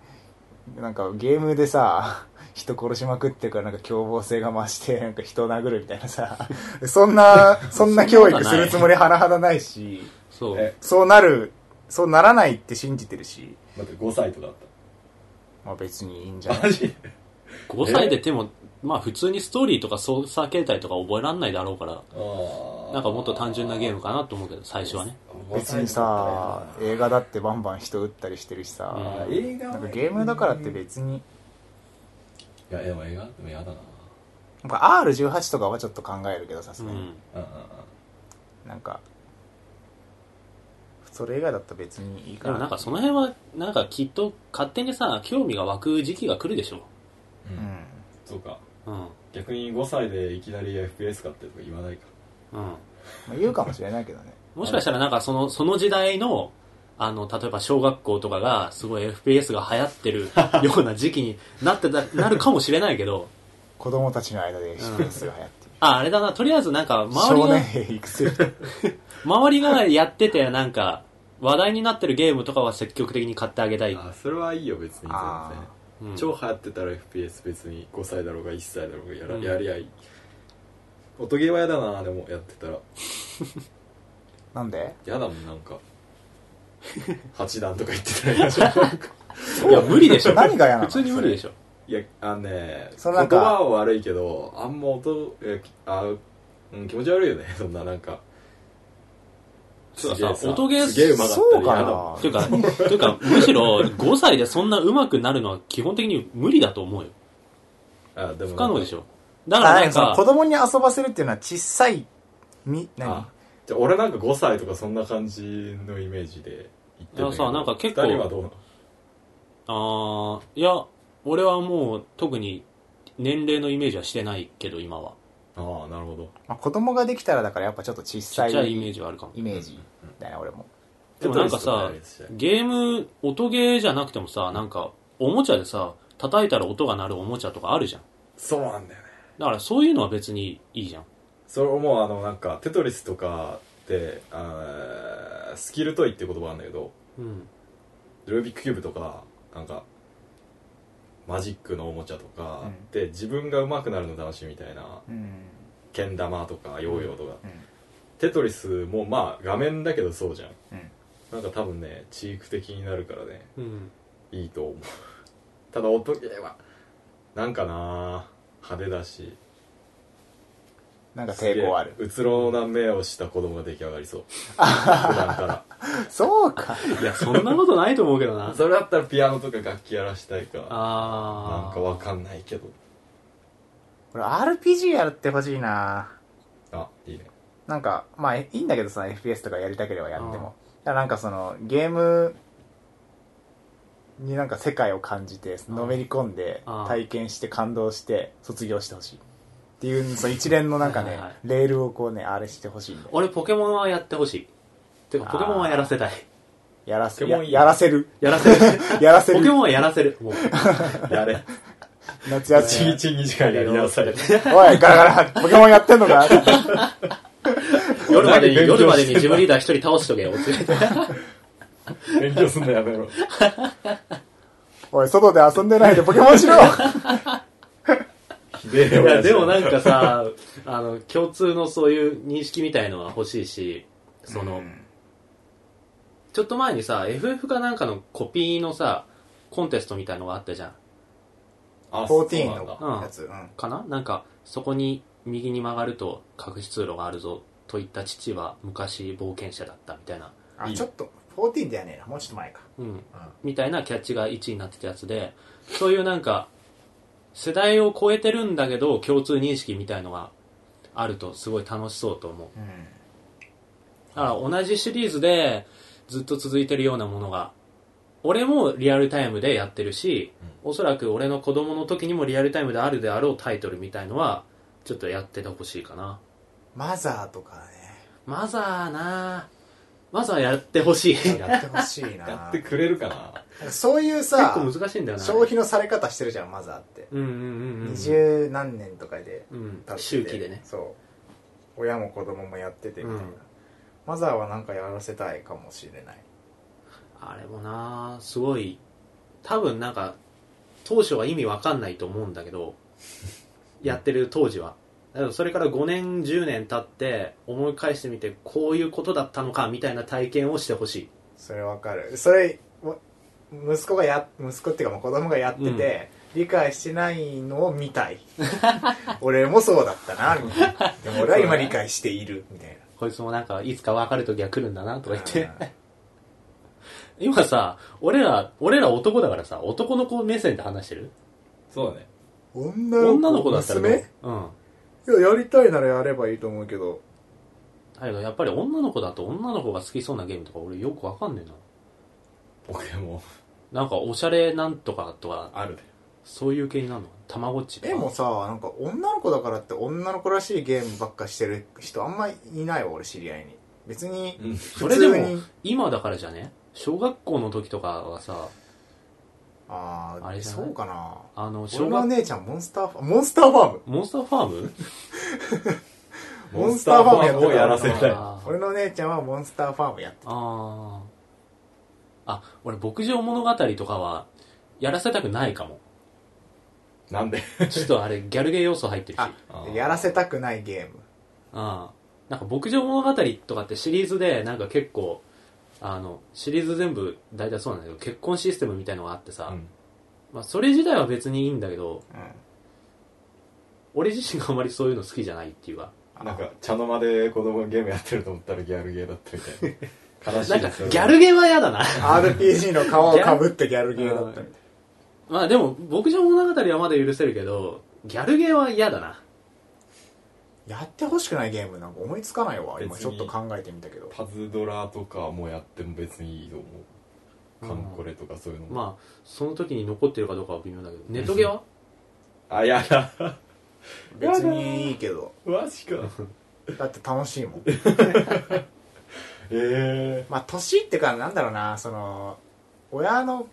Speaker 3: なんかゲームでさ、 人殺しまくってるからなんか凶暴性が増して、なんか人を殴るみたいなさ、そんな、そんな教育するつもりはらはらないし、
Speaker 1: そう
Speaker 2: え
Speaker 3: そうなる、そうならないって信じてるし、
Speaker 2: 待って5歳とかだっ
Speaker 3: まあ別にいいんじゃ
Speaker 2: た
Speaker 3: ない
Speaker 2: マジで
Speaker 1: 5歳ででもまあ普通にストーリーとか操作形態とか覚えらんないだろうから
Speaker 2: あ
Speaker 1: なんかもっと単純なゲーム
Speaker 2: か
Speaker 1: かなと思うけど最初はね
Speaker 3: 別にさ映画だってバンバン人撃ったりしてるしさ、
Speaker 1: うん
Speaker 2: 映画は
Speaker 3: なんかゲームだからって別に
Speaker 2: いやでも映画でも嫌だな
Speaker 3: なんか R18 とかはちょっと考えるけどさす
Speaker 1: う
Speaker 3: がに、
Speaker 1: ん
Speaker 2: うんうん
Speaker 3: なんかそれ以外だったら別にいい
Speaker 1: で
Speaker 3: か
Speaker 1: も
Speaker 3: ら
Speaker 1: なんかその辺はなんかきっと勝手にさ興味が湧く時期が来るでしょ
Speaker 2: うん、
Speaker 3: う
Speaker 2: うん、
Speaker 3: ん
Speaker 2: そうか
Speaker 1: うん
Speaker 2: 逆に5歳でいきなり FPS 買ってとか言わないか
Speaker 1: うん
Speaker 3: まあ、言うかもしれないけどね
Speaker 1: もしかしたらなんかそのその時代のあの例えば小学校とかがすごい FPS が流行ってるような時期になってたなるかもしれないけど
Speaker 3: 子供たちの間で FPS が流行ってる、
Speaker 1: ああれだなとりあえずなんか周りが
Speaker 3: 少年兵育成
Speaker 1: 周りがやっててなんか話題になってるゲームとかは積極的に買ってあげたい、
Speaker 2: あそれはいいよ別に全然
Speaker 3: あ
Speaker 1: うん
Speaker 2: 超流行ってたら FPS 別に5歳だろうが1歳だろうがやら、
Speaker 1: うん
Speaker 2: やりゃいい音ゲーは嫌だなでもやってたら
Speaker 3: ーなんで
Speaker 2: 嫌だもんなん か八段とか言ってたら嫌でしょ
Speaker 1: いや無理でしょ
Speaker 3: 何が嫌な
Speaker 1: 普
Speaker 3: の
Speaker 1: 通に無理でしょ
Speaker 2: いやあのね
Speaker 3: そ
Speaker 2: 言
Speaker 3: のなんか
Speaker 2: 葉は悪いけどあんま音えあ、うん、気持ち悪いよね そんななんか
Speaker 1: そうだ
Speaker 2: すげ
Speaker 1: さ
Speaker 2: え
Speaker 1: 音ゲー
Speaker 2: すげえうまかった
Speaker 3: そう
Speaker 2: り嫌だ
Speaker 3: か
Speaker 1: というか、というか、むしろ5歳でそんな上手くなるのは基本的に無理だと思うよ。
Speaker 2: あでも
Speaker 1: 不可能でし
Speaker 2: ょ
Speaker 1: ょ。だか
Speaker 3: あ
Speaker 1: らな
Speaker 3: な
Speaker 1: んん
Speaker 3: かその子
Speaker 1: か、
Speaker 3: 供に遊ばせるっていうのは小さいみ何
Speaker 2: あじゃあ俺なんか5歳とかそんな感じのイメージで言ってんだけ
Speaker 1: いや
Speaker 2: ど
Speaker 1: さなんか結構
Speaker 2: 二人はどうなの
Speaker 1: あーいや、俺はもう特に年齢のイメージはしてないけど、今は。
Speaker 2: ああなるほど
Speaker 3: まあ、子供ができたらだからやっぱちょっと小
Speaker 1: ち
Speaker 3: さ
Speaker 1: っ
Speaker 3: い
Speaker 1: ちゃいイメージはあるかも。
Speaker 3: イメージだよね俺も
Speaker 1: でもなんかさ
Speaker 2: テトリスとやり
Speaker 1: ゲーム、音ゲーじゃなくてもさ、なんか、おもちゃでさ、叩いたら音が鳴るおもちゃとかあるじゃん。
Speaker 2: そうなんだよね
Speaker 1: だからそういうのは別にいいじゃん。
Speaker 2: それもうあのなんかテトリスとかってあースキルトイっていう言葉なんだけど
Speaker 1: うん。
Speaker 2: ルービックキューブとかなんかマジックのおもちゃとか、
Speaker 3: うん
Speaker 2: で自分が上手くなるの楽しいみたいな
Speaker 3: うん
Speaker 2: けん玉とかヨーヨーとか、
Speaker 3: うん
Speaker 2: テトリスもまあ画面だけどそうじゃん
Speaker 3: うん
Speaker 2: なんか多分ねチーク的になるからね
Speaker 1: うん。
Speaker 2: いいと思う ただ音ゲーはなんかなー派手だし
Speaker 3: なんか抵抗ある
Speaker 2: すげえうつろな目をした子供が出来上がり そう普段から
Speaker 3: そうか
Speaker 1: いや、そんなことないと思うけどな。
Speaker 2: それだったらピアノとか楽器やらしたいか
Speaker 1: あー。
Speaker 2: なんかわかんないけど
Speaker 3: 俺 RPG やってほしいな
Speaker 2: あいいね
Speaker 3: なんかまあえいいんだけどさ FPS とかやりたければやってもだからなんかそのゲームになんか世界を感じてのめり込んで
Speaker 1: うん
Speaker 3: 体験して感動して卒業してほしいっていうその一連のなんか
Speaker 1: は
Speaker 3: ね
Speaker 1: いはい
Speaker 3: レールをこうねあれしてほしいんだよ
Speaker 1: 俺ポケモンはやってほしいてか
Speaker 3: あー
Speaker 1: ポケモンはやらせたい
Speaker 3: やらせ
Speaker 2: ポケ
Speaker 3: や
Speaker 2: モンいい
Speaker 3: やら せる
Speaker 1: やらせる
Speaker 3: やらせ
Speaker 1: ポケ
Speaker 3: る
Speaker 1: モンはやらせるもう
Speaker 2: やれ
Speaker 3: 夏休
Speaker 2: ち
Speaker 3: み
Speaker 2: ぎちぎ時間やりなさい
Speaker 3: おいガラガラポケモンやってん のか
Speaker 1: 夜までに
Speaker 2: 勉強して
Speaker 1: 夜までにジムリーダー一人倒しとけよおつれて
Speaker 2: 勉強すんのやめろ
Speaker 3: おい外で遊んでないでポケモンしろ
Speaker 2: ひでえ
Speaker 1: いやでもなんんかさあの共通のそういう認識みたいのは欲しいしその、
Speaker 3: うん
Speaker 1: ちょっと前にさ FF かなんかのコピーのさコンテストみたいのがあったじゃん
Speaker 2: あ
Speaker 3: 14
Speaker 2: そうなんだ
Speaker 3: のやつ、うん
Speaker 1: かななんかそこに右に曲がると隠し通路があるぞといった父は昔冒険者だったみたいな
Speaker 3: あ
Speaker 2: いい
Speaker 3: ちょっと14ではねえなもうちょっと前か
Speaker 1: うん
Speaker 3: うん
Speaker 1: みたいなキャッチが1位になってたやつで、そういうなんか、世代を超えてるんだけど、共通認識みたいのがあると、すごい楽しそうと思う。
Speaker 3: うん
Speaker 1: だから同じシリーズで、ずっと続いてるようなものが、俺もリアルタイムでやってるし、おそらく俺の子供の時にもリアルタイムであるであろうタイトルみたいのは、ちょっとやっててほしいかな。
Speaker 3: マザーとかね
Speaker 1: マザーなマザーやってほしい。結
Speaker 3: やってほしいな
Speaker 2: やってくれるかな
Speaker 3: なんかそういうさ
Speaker 1: 構難しいんだよな。
Speaker 3: 消費のされ方してるじゃんマザーって
Speaker 1: うんうんうんうん。
Speaker 3: 二十、何年とかで
Speaker 1: うん
Speaker 3: 経ってて
Speaker 1: 周期でね。
Speaker 3: そう親も子供もやっててみたいな、
Speaker 1: うん
Speaker 3: マザーはなんかやらせたいかもしれない
Speaker 1: あれもなすごい、多分なんか、当初は意味わかんないと思うんだけ ど、やってる当時は。だけどそれから5年、10年経って、思い返してみて、こういうことだったのか、みたいな体験をしてほしい。
Speaker 3: それわかるそれも息子がや息子っていうかまあ子供がやってて、理解してないのを見 たい俺もそうだったなみたいなでも俺は今理解しているみたい
Speaker 1: こいつもなんか、いつか別る時は来るんだな、とか
Speaker 3: な
Speaker 1: 言って。今さ、俺ら、俺ら男だからさ、男の子目線で話してる
Speaker 2: そうだね
Speaker 3: 女の子
Speaker 1: 女の子だったらどう
Speaker 3: 娘
Speaker 1: うん。
Speaker 3: いややりたいならやればいいと思うけど
Speaker 1: だけどやっぱり女の子だと女の子が好きそうなゲームとか俺よくわかんねえ
Speaker 2: 俺も
Speaker 1: な。なんか、おしゃれなんとかとか、
Speaker 2: あるで
Speaker 1: そういう系になるのたまごっちとか。
Speaker 3: でもさなんか女の子だからって女の子らしいゲームばっかしてる人あんまいないわ俺知り合いに別に
Speaker 2: うん
Speaker 1: そ
Speaker 3: 普
Speaker 1: れで
Speaker 3: 通
Speaker 1: も
Speaker 3: に、
Speaker 1: 今だからじゃね小学校の時とかはさ、
Speaker 3: あ
Speaker 1: あ
Speaker 3: あ
Speaker 1: れじゃない
Speaker 3: そうかな
Speaker 1: あの、
Speaker 3: 俺
Speaker 1: 小
Speaker 3: のお
Speaker 1: 学、
Speaker 3: 姉ちゃんモンスターファモンスターファーム
Speaker 1: モンスターファーム
Speaker 3: モンスターファームやってた
Speaker 2: をやらせたい
Speaker 1: あー
Speaker 3: 俺のお姉ちゃんはモンスターファームやって
Speaker 1: あー。あ、俺、牧場物語とかは、やらせたくないかも。
Speaker 2: なんで
Speaker 1: ちょっとあれ、ギャルゲー要素入ってるし。
Speaker 3: あ
Speaker 2: あー
Speaker 3: やらせたくないゲーム
Speaker 1: うん。なんか牧場物語とかってシリーズで、なんか結構、あの、シリーズ全部大体そうなんだけど、結婚システムみたいのがあってさ、
Speaker 2: うん
Speaker 1: まあそれ自体は別にいいんだけど、
Speaker 3: うん
Speaker 1: 俺自身があまりそういうの好きじゃないっていうか、
Speaker 2: なんか茶の間で子供がゲームやってると思ったらギャルゲーだったみた いな悲し
Speaker 1: ないんか
Speaker 2: ですよね
Speaker 1: ギャルゲーは嫌だな。
Speaker 3: RPG の顔をかぶってギャルゲーだったみたい
Speaker 1: まあでも、牧場物語はまだ許せるけど、ギャルゲーは嫌だな。
Speaker 3: やってほしくないゲームなんか思いつかないわ今
Speaker 2: 別
Speaker 3: ちょ
Speaker 2: に
Speaker 3: っと考えてみたけど
Speaker 2: パズドラとかもやっても別にいいと思うカンコレとかそういうのも
Speaker 1: まあ、その時に残ってるかどうかは微妙だけど、ネットゲーは
Speaker 2: あやだ
Speaker 3: 別にいいけど
Speaker 2: マジか
Speaker 3: だって楽しいもん
Speaker 2: ええ
Speaker 3: まあ年ってかなんだろうなその親の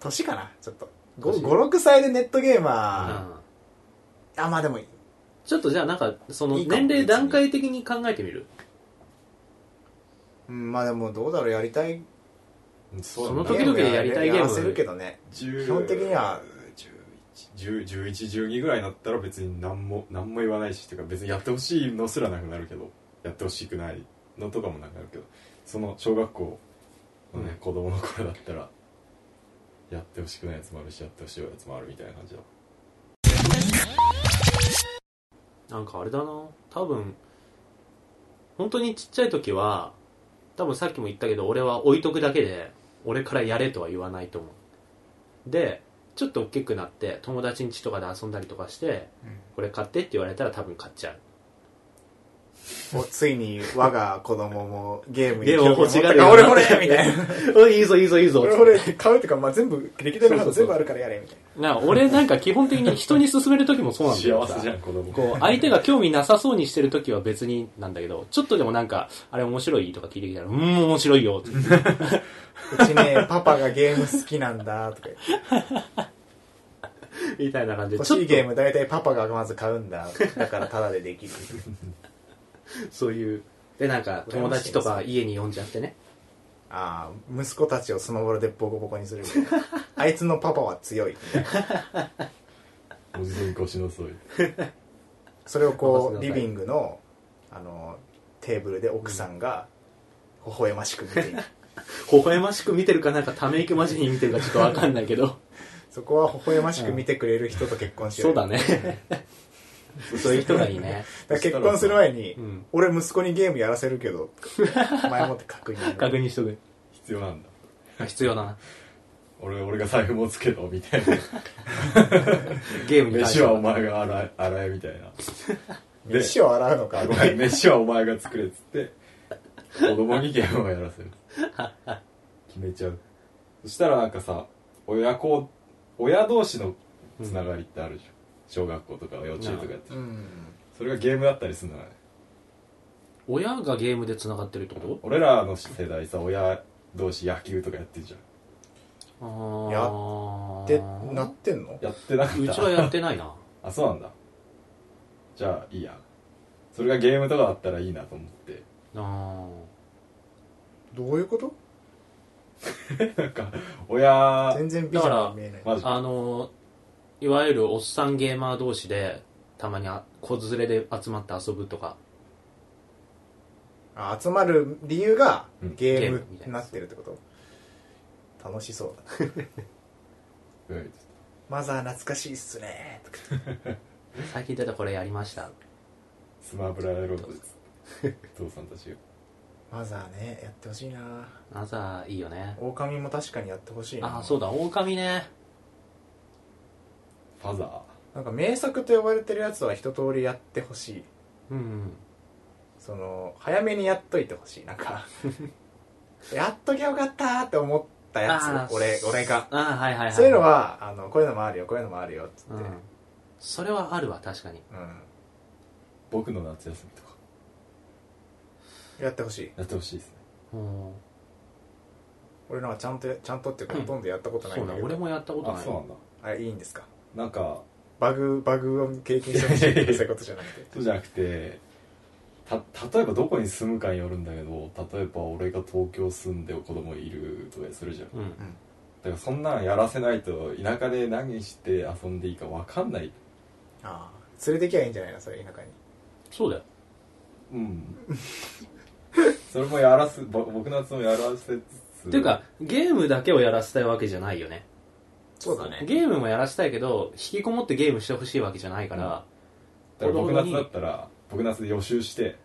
Speaker 3: 年かなちょっと
Speaker 1: 年
Speaker 3: 56歳でネットゲー
Speaker 1: う
Speaker 3: マ
Speaker 1: ん。
Speaker 3: ー、あまあでも
Speaker 1: ちょっとじゃあなんか、その
Speaker 3: いいかも
Speaker 1: 年齢段階的に考えてみる。
Speaker 3: うんまあでもどうだろうやりたい
Speaker 2: そ
Speaker 1: その時々でやりたいゲーム
Speaker 3: やらせるけどね基本的には
Speaker 2: 1112ぐらいになったら別に何も何も言わないしっていうか別にやってほしいのすらなくなるけどやってほしくないのとかもなくなるけどその小学校のね、
Speaker 1: うん
Speaker 2: 子供の頃だったらやってほしくないやつもあるしやってほしいやつもあるみたいな感じだ
Speaker 1: なんかあれだな多分本当にちっちゃい時は多分さっきも言ったけど俺は置いとくだけで俺からやれとは言わないと思うでちょっと大きくなって友達ん家とかで遊んだりとかして、
Speaker 3: うん
Speaker 1: これ買ってって言われたら多分買っちゃう
Speaker 3: おついに我が子供もゲームに
Speaker 1: ゲームを欲しがる
Speaker 3: 興味を持ったから俺これ みたいな
Speaker 1: おいいいぞいいぞいいぞ
Speaker 3: 俺これ買うっていうか、まあ、全部歴代のカ
Speaker 1: そうそう
Speaker 3: ード
Speaker 1: そう
Speaker 3: 全部あるからやれみたい
Speaker 1: なんか俺なんか基本的に人に勧める時もそうなんだよ
Speaker 2: 幸せじゃん子供
Speaker 1: こう相手が興味なさそうにしてる時は別になんだけどちょっとでもなんかあれ面白いとか聞いてきたらうーん面白いよって
Speaker 3: なうちねパパがゲーム好きなんだとか言って
Speaker 1: みたいな感じで
Speaker 3: 欲
Speaker 1: ちょっ
Speaker 3: しい
Speaker 1: と
Speaker 3: ゲーム大体パパがまず買うんだだからタダでできる
Speaker 1: そういう。で、なんか、友達とか家に呼んじゃってね。
Speaker 3: ああ息子たちをスノボロでボコボコにするみたい なあいつのパパは強いみたいな
Speaker 2: おじさん腰のそうい
Speaker 3: それを
Speaker 1: 任
Speaker 3: こ
Speaker 1: せ
Speaker 3: う
Speaker 1: てくだ
Speaker 3: リ
Speaker 1: さい
Speaker 3: ビングのあのテーブルで奥さんが微笑ましく見て いる
Speaker 1: 微笑ましく見てるかなんか、ため息交じりに見てるかちょっとわかんないけど。
Speaker 3: そこは微笑ましく見てくれる人と結婚しよ
Speaker 1: そううだね。 そういう人がいいね。
Speaker 3: だから結婚する前に、
Speaker 1: うん
Speaker 3: 俺息子にゲームやらせるけど前もって確 認
Speaker 1: 確認しとく。
Speaker 2: 必要なんだ
Speaker 1: 必要だな。
Speaker 2: 俺俺が財布持つけどみたいな
Speaker 1: ゲームに対し
Speaker 2: 飯
Speaker 1: て
Speaker 2: はお前が洗え洗えみたいなで
Speaker 3: 飯を洗うのか
Speaker 2: あごめん飯はお前が作れっつって子供にゲームをやらせる決めちゃうそしたらなんかさ親子親同士のつながりってあるじゃん、小学校とか幼稚園とかやってる、
Speaker 3: ん
Speaker 2: それがゲームだったりするのね
Speaker 1: 親がゲームでつながってるってこ
Speaker 2: 俺らの世代さ親同士野球とかやってるじゃ
Speaker 1: と
Speaker 3: や
Speaker 1: あ
Speaker 3: で
Speaker 1: ー
Speaker 3: なってんの
Speaker 2: んやってなか
Speaker 1: う
Speaker 2: っ
Speaker 1: ち
Speaker 2: た
Speaker 1: はやってないな
Speaker 2: あそうなんだじゃあいいやそれがゲームとかだったらいいなと思って
Speaker 1: あ
Speaker 3: どういうこと
Speaker 2: なんか親
Speaker 3: 全然ビジョンに見えない
Speaker 2: マジ
Speaker 1: ーあのいわゆるおっさんゲーマー同士でたまにあ子連れで集まって遊ぶとか
Speaker 3: あ集まる理由が
Speaker 2: うん
Speaker 3: ゲ
Speaker 1: ゲ
Speaker 3: ー
Speaker 1: ー
Speaker 3: ム
Speaker 1: ムみたい
Speaker 3: に
Speaker 1: な
Speaker 3: なってるってこと楽しそうだ
Speaker 2: うん
Speaker 3: マザー懐かしいっすねとか
Speaker 1: 最近出たこれやりました
Speaker 2: スマブラやろうと父さんたちが
Speaker 3: マザーねやってほしいな
Speaker 1: 朝いいよね
Speaker 3: 狼も確かにやってほしいな
Speaker 1: ああそうだ狼ね
Speaker 2: ファザー
Speaker 3: なんか名作と呼ばれてるやつは一通りやってほしい
Speaker 1: うんうん
Speaker 3: その早めにやっといてほしいなん かやっときゃよかったーって思ったや
Speaker 1: あー
Speaker 3: つ俺俺が
Speaker 1: ああはいはいはい
Speaker 3: そういうのはあのこういうのもあるよこういうのもあるよっつって、
Speaker 1: う
Speaker 3: うん
Speaker 1: んそれはあるわ確かに
Speaker 2: 僕の夏休みとか
Speaker 3: やってほしい
Speaker 2: やってほしいですね
Speaker 1: うん
Speaker 3: 俺なんかちゃんとちゃんとっていうかほとんどやったことない
Speaker 1: そうん
Speaker 3: だ
Speaker 1: だ
Speaker 3: けど、
Speaker 1: 俺もやったこと
Speaker 2: あ
Speaker 1: ない
Speaker 2: そうなんだ
Speaker 3: あれいいんですか
Speaker 2: なんか
Speaker 3: バグバグを経験してほしいとかそういうことじゃなくて
Speaker 2: そうじゃなくてた例えばどこに住むかによるんだけど例えば俺が東京住んで子供いるとかするじゃん
Speaker 1: うん
Speaker 2: だからそんなんやらせないと田舎で何して遊んでいいか分かんない
Speaker 3: ああ連れてきゃいいんじゃないのそれ田舎に
Speaker 1: そうだよ
Speaker 2: うんそれもやらすぼ僕のやつもやらせつつ
Speaker 1: っていうかゲームだけをやらせたいわけじゃないよね
Speaker 3: そうだね
Speaker 1: ゲームもやらせたいけど引きこもってゲームしてほしいわけじゃないから、
Speaker 2: だから
Speaker 1: 子
Speaker 2: 僕
Speaker 1: 供
Speaker 2: 夏
Speaker 1: に
Speaker 2: だったら僕夏で予習して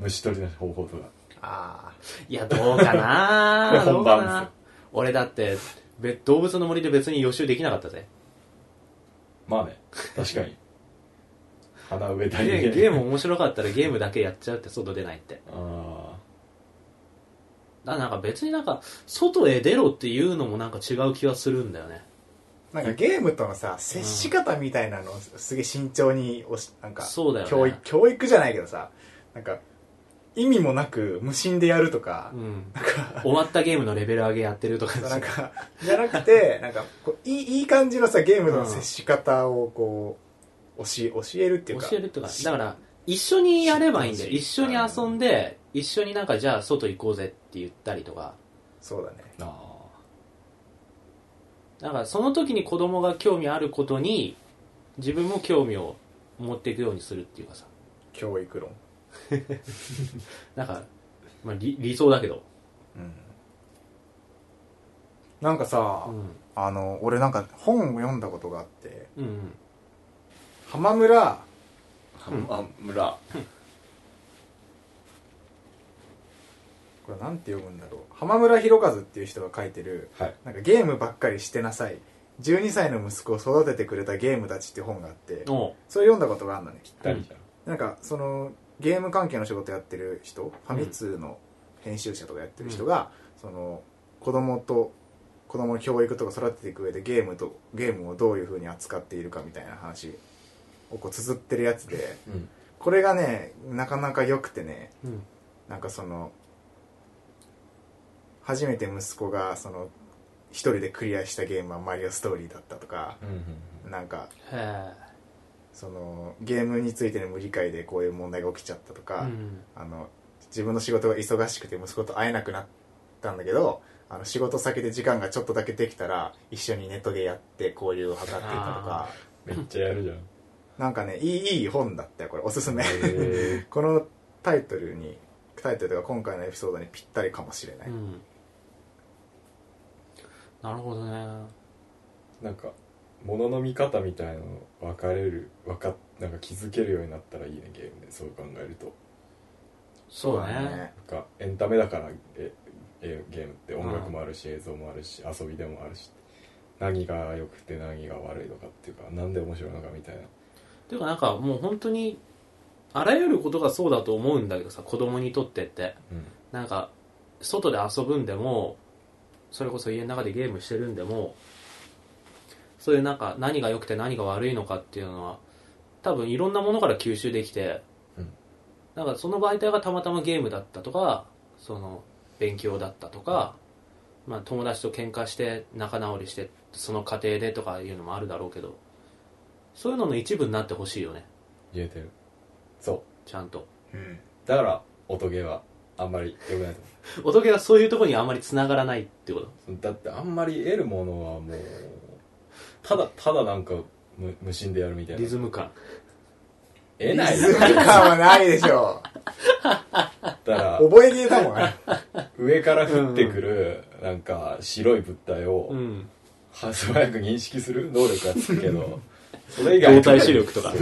Speaker 2: 虫取りの方法とか
Speaker 3: あ
Speaker 1: いやどうかなど
Speaker 2: 本
Speaker 1: うか
Speaker 2: 番です
Speaker 1: な
Speaker 2: よ
Speaker 1: 俺だってべ動物の森で別に予習できなかったぜ
Speaker 2: まあね確かに 花植えたり
Speaker 1: でゲーム面白かったらゲームだけやっちゃうって外出ないって
Speaker 2: あ
Speaker 1: だからなんか別になんか外へ出ろっていうのもなんか違う気はするんだよね
Speaker 3: あなんかゲームとのさ接し方みたいなのをすげえ慎重におしなんか
Speaker 1: そうだよね
Speaker 3: 教育教育じゃないけどさなんか意味もなく無心でやるとか
Speaker 1: う、ん終わったゲームのレベル上げやってるとか
Speaker 3: なんかじゃなくてなんかこういいいい感じのさゲームとの接し方をこう教え教えるっていう
Speaker 1: 教
Speaker 3: か
Speaker 1: えるとかだから一緒にやればいいんだよ
Speaker 3: 知って
Speaker 1: 一
Speaker 3: ほしい
Speaker 1: 緒に遊んで一緒になんかじゃあ外行こうぜって言ったりとか
Speaker 3: そうだね
Speaker 2: ーあ
Speaker 1: だからその時に子供が興味あることに自分も興味を持っていくようにするっていうかさ
Speaker 3: 教育論
Speaker 1: なんか、まあ、理理想だけど、
Speaker 3: なんかさ、
Speaker 1: うん、
Speaker 3: あの俺なんか本を読んだことがあって
Speaker 1: うんうん
Speaker 3: 浜村
Speaker 2: ーあ村
Speaker 3: これなんて読むんだろう浜村博和っていう人が書いてる
Speaker 2: はい
Speaker 3: なんかゲームばっかりしてなさい12歳の息子を育ててくれたゲームたちって本があって
Speaker 1: おう
Speaker 3: それ読んだことがあるのね
Speaker 2: 二人じゃん
Speaker 3: なんかそのゲーム関係の仕事やってる人、ファミ通の編集者とかやってる人が、その子供と子供の教育とか育てていく上でゲームとゲームをどういうふうに扱っているかみたいな話をこう綴ってるやつで
Speaker 2: うん
Speaker 3: これがねなかなか良くてね
Speaker 1: うん
Speaker 3: なんかその初めて息子がその一人でクリアしたゲームは「マリオストーリー」だったとか
Speaker 2: うんうん
Speaker 3: なんか
Speaker 1: へ
Speaker 3: そのゲームについての無理解でこういう問題が起きちゃったと
Speaker 1: え、
Speaker 3: か、
Speaker 1: うん、
Speaker 3: あの自分の仕事が忙しくて息子と会えなくなったんだけどあの仕事先で時間がちょっとだけできたら一緒にネットでやって交流を図っていたとか
Speaker 2: うんめっちゃやるじゃん
Speaker 3: なんかねいいいい本だったよこれおすすめ
Speaker 2: へ
Speaker 3: このタイトルにタイトルとか今回のエピソードにぴったりかもしれない、
Speaker 1: うん、なるほどね
Speaker 2: ーなんか物の見方みたいなの分かれる分かっなんか気づけるようになったらいいねゲームでそう考えると
Speaker 1: そうだね
Speaker 2: なんかエンタメだからええゲームって音楽もあるし映像もあるし遊びでもあるし何が良くて何が悪いのかっていうか何で面白いのかみたいな
Speaker 1: ていうかなんかもう本当にあらゆることがそうだと思うんだけどさ子供にとってって
Speaker 2: うん
Speaker 1: なんか外で遊ぶんでもそれこそ家の中でゲームしてるんでもそういうなんか何が良くて何が悪いのかっていうのは多分いろんなものから吸収できて、
Speaker 2: うん
Speaker 1: なんかその媒体がたまたまゲームだったとかその勉強だったとか、まあ、友達と喧嘩して仲直りしてその過程でとかいうのもあるだろうけどそういうのの一部になってほしいよね
Speaker 2: 言えてるそう
Speaker 1: ちゃんと
Speaker 4: うん
Speaker 2: だから音ゲーはあんまり良くないと
Speaker 1: 音ゲーはそういうところにあんまり繋がらないってこと
Speaker 2: 思うだってあんまり得るものはもうただただなんか無無心でやるみたい
Speaker 1: リ
Speaker 2: な
Speaker 1: ズム感
Speaker 2: 得ない
Speaker 4: リズム感はないでしょ
Speaker 2: だから
Speaker 4: 覚えゲーだもんね
Speaker 2: 上から降ってくるなんか白い物体を
Speaker 1: うん
Speaker 2: は素早く認識する能力はつくけ どそれ以外
Speaker 1: 動体視力とか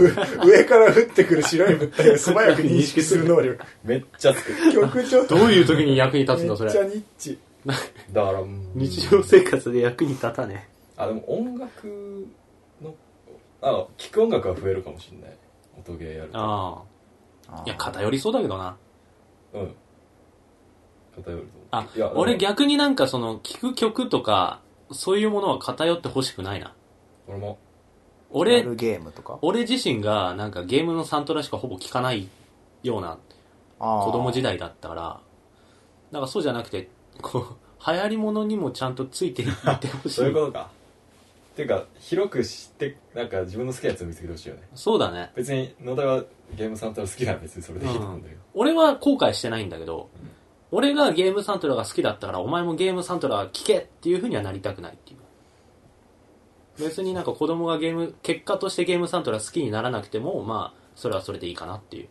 Speaker 4: 上から降ってくる白い物体を素早く認識する能力
Speaker 2: めっちゃつく
Speaker 4: 局長
Speaker 1: どういう時に役に立つ
Speaker 4: め
Speaker 1: の
Speaker 4: っ
Speaker 1: そ
Speaker 4: ちゃ
Speaker 1: れ
Speaker 4: ニッチ
Speaker 2: だからうん
Speaker 1: 日常生活で役に立たね
Speaker 2: あでも音楽のあ聞く音楽は増えるかもしれない音ゲーやると
Speaker 1: ああいや偏りそうだけどな
Speaker 2: うん偏ると
Speaker 1: あ
Speaker 2: いや
Speaker 1: 俺
Speaker 2: でも
Speaker 1: 逆になんかその聴く曲とかそういうものは偏ってほしくないな
Speaker 2: 俺も
Speaker 1: 俺
Speaker 3: やるゲームとか
Speaker 1: 俺自身がなんかゲームのサントラしかほぼ聴かないような子
Speaker 3: 子
Speaker 1: 供時代だったからなんかそうじゃなくてこう流行りものにもちゃんとついていってほしい
Speaker 2: そういうことかっていうか広く知ってなんか自分の好きなやつを見つけてほしいよね
Speaker 1: そうだね
Speaker 2: 別に野田はゲームサントラ好きなら別にそれでいいと思うんだけど、
Speaker 1: 俺は後悔してないんだけど、俺がゲームサントラが好きだったからお前もゲームサントラ聞けっていうふうにはなりたくないっていう別になんか子供がゲーム結果としてゲームサントラ好きにならなくてもまあそれはそれでいいかなっていう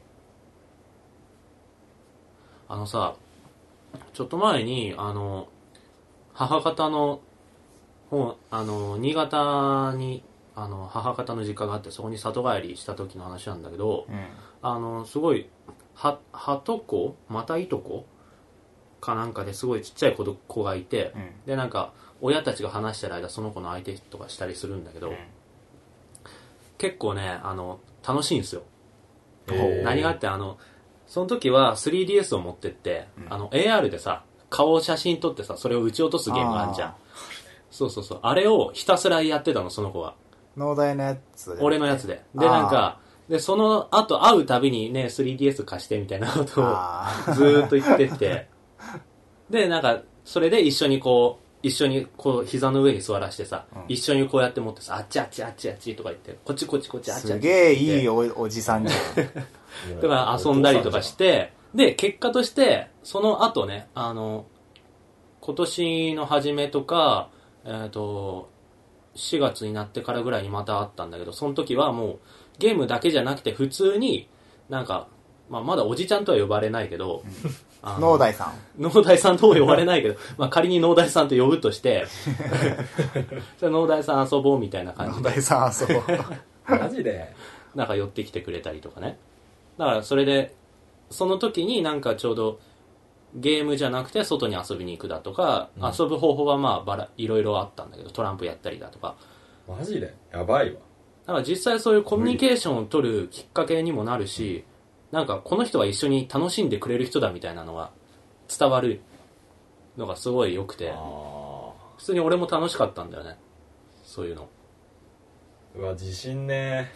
Speaker 1: あのさちょっと前にあの母方のほうあの新潟にあの母方の実家があってそこに里帰りした時の話なんだけど、
Speaker 3: うん
Speaker 1: あのすごいははとこまたいとこかなんかですごいちっちゃい子ど子がいて、
Speaker 3: うん
Speaker 1: でなんか親たちが話してる間その子の相手とかしたりするんだけど、
Speaker 3: うん
Speaker 1: 結構ねあの楽しいんですよ、
Speaker 2: へー
Speaker 1: 何があってあのその時は 3DS を持ってって、あの AR でさ顔を写真撮ってさそれを撃ち落とすゲームがあるじゃん
Speaker 3: あ
Speaker 1: そうそうそうあれをひたすらやってたのその子は
Speaker 3: 農大のやつ
Speaker 1: 俺のやつでで
Speaker 3: あー
Speaker 1: なんかでその後会うたびにね 3DS 貸してみたいなことを
Speaker 3: あ
Speaker 1: ずーっと行ってって。で、なんか、それで一緒にこう、一緒にこう、膝の上に座らしてさ、一緒にこうやって持ってさ、あっちあっちあっちあっちとか言って、こっちこっちこっち
Speaker 3: ー
Speaker 1: あっちあ
Speaker 3: す
Speaker 1: っち。
Speaker 3: げえいいおおじさんじ ゃん
Speaker 1: だから遊んだりとかして、で、結果として、その後ね、あの、今年の初めとか、えっ、と、4月になってからぐらいにまた会ったんだけど、その時はもう、ゲームだけじゃなくて、普通に、なんか、まあ、まだおじちゃんとは呼ばれないけど、あの
Speaker 3: 農大さん
Speaker 1: 農大さんとも呼ばれないけど、 まあ仮に農大さんと呼ぶとして、 じゃあ農大さん遊ぼうみたいな感
Speaker 3: 農
Speaker 1: じで、
Speaker 3: 大さん遊 ぼう
Speaker 2: マジで
Speaker 1: なんか寄ってきてくれたりとかね。だからそれで、その時になんかちょうど、ゲームじゃなくて外に遊びに行くだとか、遊ぶ方法はまあばら、いろいろあったんだけど、トランプやったりだとか。
Speaker 2: マジでやばいわ
Speaker 1: だから実際そういうコミュニケーションを取るきっかけにもなるし、なんかこの人は一緒に楽しんでくれる人だみたいなのが伝わるのがすごい良くて。
Speaker 2: ああ
Speaker 1: 普通に俺も楽しかったんだよねそういうの
Speaker 2: うわ自信ね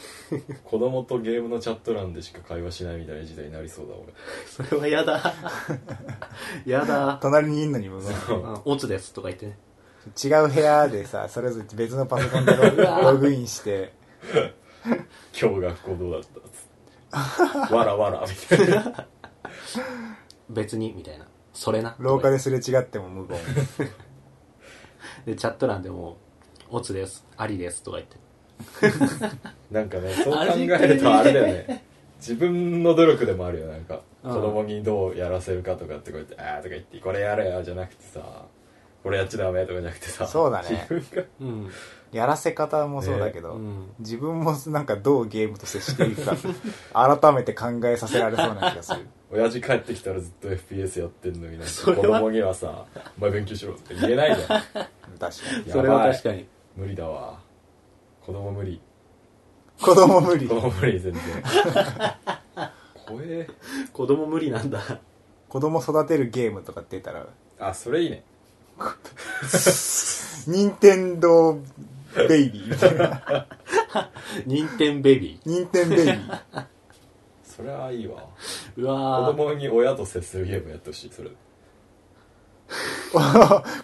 Speaker 2: 子供とゲームのチャット欄でしか会話しないみたいな時代になりそうだ
Speaker 1: それはや だやだ
Speaker 3: 隣にいんのにもう
Speaker 1: オツですとか言ってね
Speaker 3: 違う部屋でさそれぞれ別のパソコンでログログインして
Speaker 2: 俺今日学校どうだったっつってわらわらみたいな
Speaker 1: 別にみたいなそれな
Speaker 3: 廊下ですれ違っても無言
Speaker 1: でチャット欄でもオツですありですとか言って
Speaker 2: なんかねそう考えるとあれだよね自分の努力でもあるよなんか
Speaker 1: うん
Speaker 2: 子供にどうやらせるかとかってこうやって「ああ」とか言って「これやれよ」じゃなくてさ「これやっちゃダメ」とかじゃなくてさ
Speaker 3: そうだね
Speaker 2: 自分が
Speaker 1: うん、
Speaker 3: やらせ方もそうだけど、
Speaker 1: うん、
Speaker 3: 自分もなんかどうゲームと接していくか改めて考えさせられそうな気がする
Speaker 2: 親父帰ってきたらずっと FPS やってんのになんか
Speaker 1: そ
Speaker 2: 子
Speaker 1: れは
Speaker 2: 供にはさ「お前勉強しろ」って言えないじゃん
Speaker 3: 確かに
Speaker 2: やばい
Speaker 1: それは確かに
Speaker 2: 無理だわ子供無理
Speaker 3: 子供無理
Speaker 2: 子供無理全然怖え
Speaker 1: 子供無理なんだ
Speaker 3: 子供育てるゲームとかって言ったら
Speaker 2: あそれいいね
Speaker 3: 任天堂ベイビーみたいな。
Speaker 1: 任天ベビ
Speaker 3: 任天ベイビー。
Speaker 2: それはいいわ
Speaker 1: ー。う
Speaker 2: 子
Speaker 1: わー。
Speaker 2: 供に親と接するゲームやってほしいそれ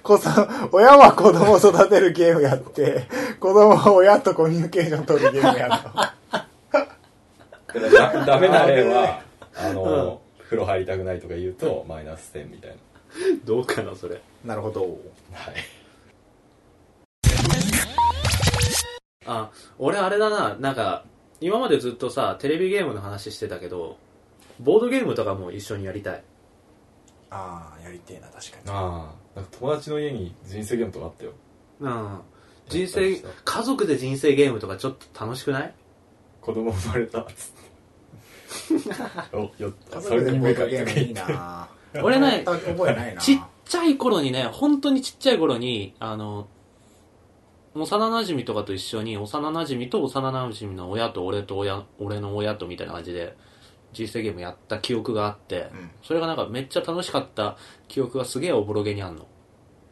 Speaker 3: こそ、親は子供を育てるゲームやって、子供は親とコミュニケーション取るゲームやろ。
Speaker 2: だ からダメな例はあの、風呂入りたくないとか言うとマイナス点みたい
Speaker 1: どうかな、それ。
Speaker 4: なるほど。
Speaker 2: なはい
Speaker 1: あ、俺あれだな、なんか、今までずっとさ、テレビゲームの話してたけど、ボードゲームとかも一緒にやりたい。
Speaker 4: ああ、やりてえな、確かに。
Speaker 2: ああ友達の家に人生ゲームとかあったよ
Speaker 1: うん。人生、家族で人生ゲームとかちょっと楽しくない
Speaker 2: 子供生まれたっつって およっ
Speaker 4: 家
Speaker 2: そ
Speaker 4: 族
Speaker 2: れ
Speaker 4: で
Speaker 2: に
Speaker 4: ボ
Speaker 2: 目
Speaker 4: ー
Speaker 2: か
Speaker 4: ドゲ
Speaker 2: け
Speaker 4: ームいいな
Speaker 1: 俺ね
Speaker 4: やった覚えないな。
Speaker 1: ちっちゃい頃にね、本当にちっちゃい頃に、あの、幼馴染とかと一緒に、幼馴染と幼馴染の親と俺と親、俺の親とみたいな感じで、人生ゲームやった記憶があって、
Speaker 4: うん
Speaker 1: それがなんかめっちゃ楽しかった記憶がすげえおぼろげにあんの。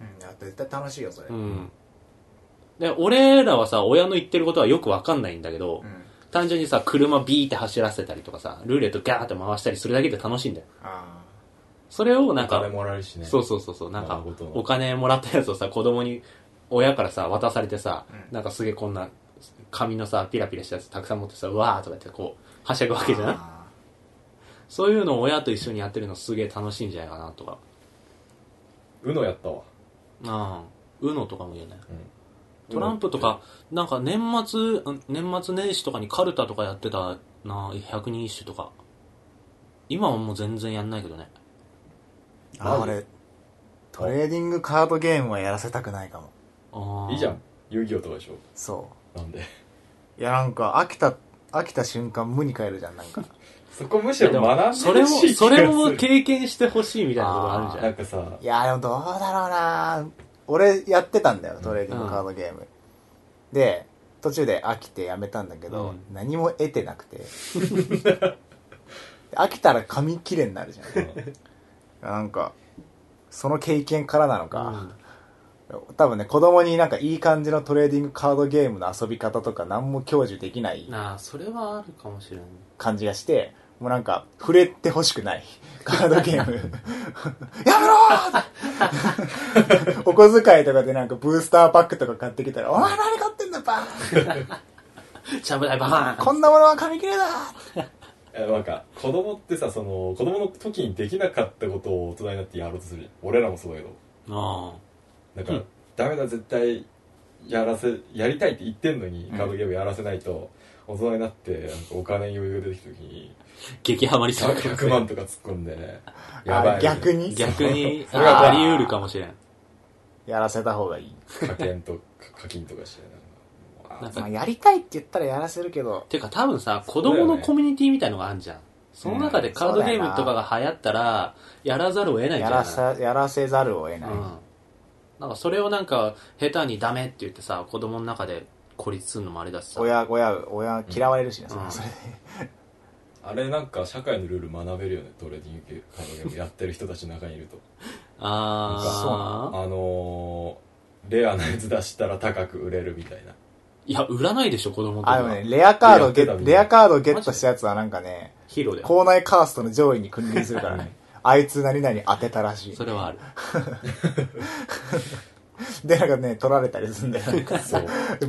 Speaker 4: うん、だって絶対楽しいよ、それ。
Speaker 1: う
Speaker 4: うん。
Speaker 1: ん。で、俺らはさ、親の言ってることはよくわかんないんだけど、単純にさ、車ビーって走らせたりとかさ、ルーレットガーって回したりするだけで楽しいんだよ。
Speaker 4: あ
Speaker 1: それをなん
Speaker 2: お
Speaker 1: か、
Speaker 2: 金もらえるしね
Speaker 1: そうそうそうそうなん
Speaker 2: な
Speaker 1: か
Speaker 2: るほど
Speaker 1: お金もらったやつをさ子供に親からさ渡されてさ、
Speaker 4: うん
Speaker 1: なんかすげえこんな紙のさピラピラしたやつたくさん持ってさうわーとか言ってこうはしゃぐ
Speaker 4: あ。
Speaker 1: わけじゃん
Speaker 4: あ
Speaker 1: そういうのを親と一緒にやってるのすげえ楽しいんじゃないかなとか
Speaker 2: うのやったわ
Speaker 1: うん UNO とかもいいよね
Speaker 2: うん
Speaker 1: トランプとかなんか年末うん年末年始とかにカルタとかやってたな百人一首とか今はもう全然やんないけどね
Speaker 3: あ、俺、トレーディングカードゲームはやらせたくないかも。
Speaker 1: あー
Speaker 2: いいじゃん遊戯王とかでしょ
Speaker 3: そ
Speaker 2: なんで
Speaker 3: う。いや、なんか、飽きた、飽きた瞬間無に帰るじゃん、なん か。
Speaker 2: そこむしろ
Speaker 1: でも
Speaker 2: 学んでほしい
Speaker 1: そ れもそ
Speaker 2: 気がする
Speaker 1: れも経験してほしいみたいなとこあるじゃん
Speaker 2: なんかさ
Speaker 3: いやーでもどうだろうな俺やってたんだよ、トレーディングカードゲーム。で、途中で飽きてやめたんだけ
Speaker 1: う
Speaker 3: ど、
Speaker 1: ん
Speaker 3: 何も得てなくて。 飽きたら紙切れになるじゃん。なんか、その経験からなのか、多分ね、子供になんかいい感じのトレーディングカードゲームの遊び方とか何も享受できない
Speaker 1: なあそれはあるかもしれない
Speaker 3: 感じがして、もうなんか、触れてほしくない。 カードゲーム。 やめろー お小遣いとかでなんかブースターパックとか買ってきたら、お前何買ってんだバーン
Speaker 1: ちゃぶ台バーン
Speaker 3: こんなものは紙切れだ
Speaker 2: え なんか子供ってさその子供の時にできなかったことを大人になってやろうとするじゃん俺らもそうだけど
Speaker 1: あ
Speaker 2: なんか、
Speaker 1: うん
Speaker 2: ダメだ絶対やらせやりたいって言ってんのにカードゲームやらせないと、大人になってなんかお金に余裕が出てきた時に
Speaker 1: あ激ハマりする
Speaker 2: 100万とか突っ込んでやば
Speaker 3: あ
Speaker 2: い
Speaker 3: 逆に
Speaker 1: 逆に
Speaker 2: それは
Speaker 1: あ
Speaker 2: 怖
Speaker 1: あ
Speaker 2: い
Speaker 1: り得るかもしれん
Speaker 3: やらせた方がいい。
Speaker 2: 課金とか課金とかしてなんか
Speaker 1: なん
Speaker 3: まあ、
Speaker 1: か
Speaker 3: やりたいって言ったらやらせるけど、
Speaker 1: てか多分さ子供のコミュニティみたいのがあるじゃんその中でカードゲームとかが流行ったらやらざるを得ないじ
Speaker 3: や
Speaker 1: ゃ
Speaker 3: ら
Speaker 1: ん
Speaker 3: さ、やらせざるを得
Speaker 1: う
Speaker 3: な
Speaker 1: ん
Speaker 3: い。
Speaker 1: なんかそれをなんか下手にダメって言ってさ子供の中で孤立するのもあれだしさ
Speaker 3: 親、親、親嫌われるしね、
Speaker 1: うん
Speaker 3: それで。
Speaker 2: あれなんか社会のルール学べるよねトレーディングカードゲームやってる人たちの中にいると
Speaker 1: ああ
Speaker 2: あのー、レアなやつ出したら高く売れるみたいない
Speaker 1: や売らないでしょ子供と
Speaker 3: あ、で
Speaker 1: か
Speaker 3: もね、レアカードゲ
Speaker 2: やってた
Speaker 3: ッ
Speaker 2: み
Speaker 3: ト、
Speaker 2: たい
Speaker 3: レアカードゲットしたやつはなんかね、
Speaker 1: ヒーローだよ
Speaker 3: 校内カーストの上位に君臨するからね。あ いつ何々当てたらしい。
Speaker 1: それはある
Speaker 3: で、なんかね、取られたりするんだよ。なんか
Speaker 2: そう
Speaker 3: デ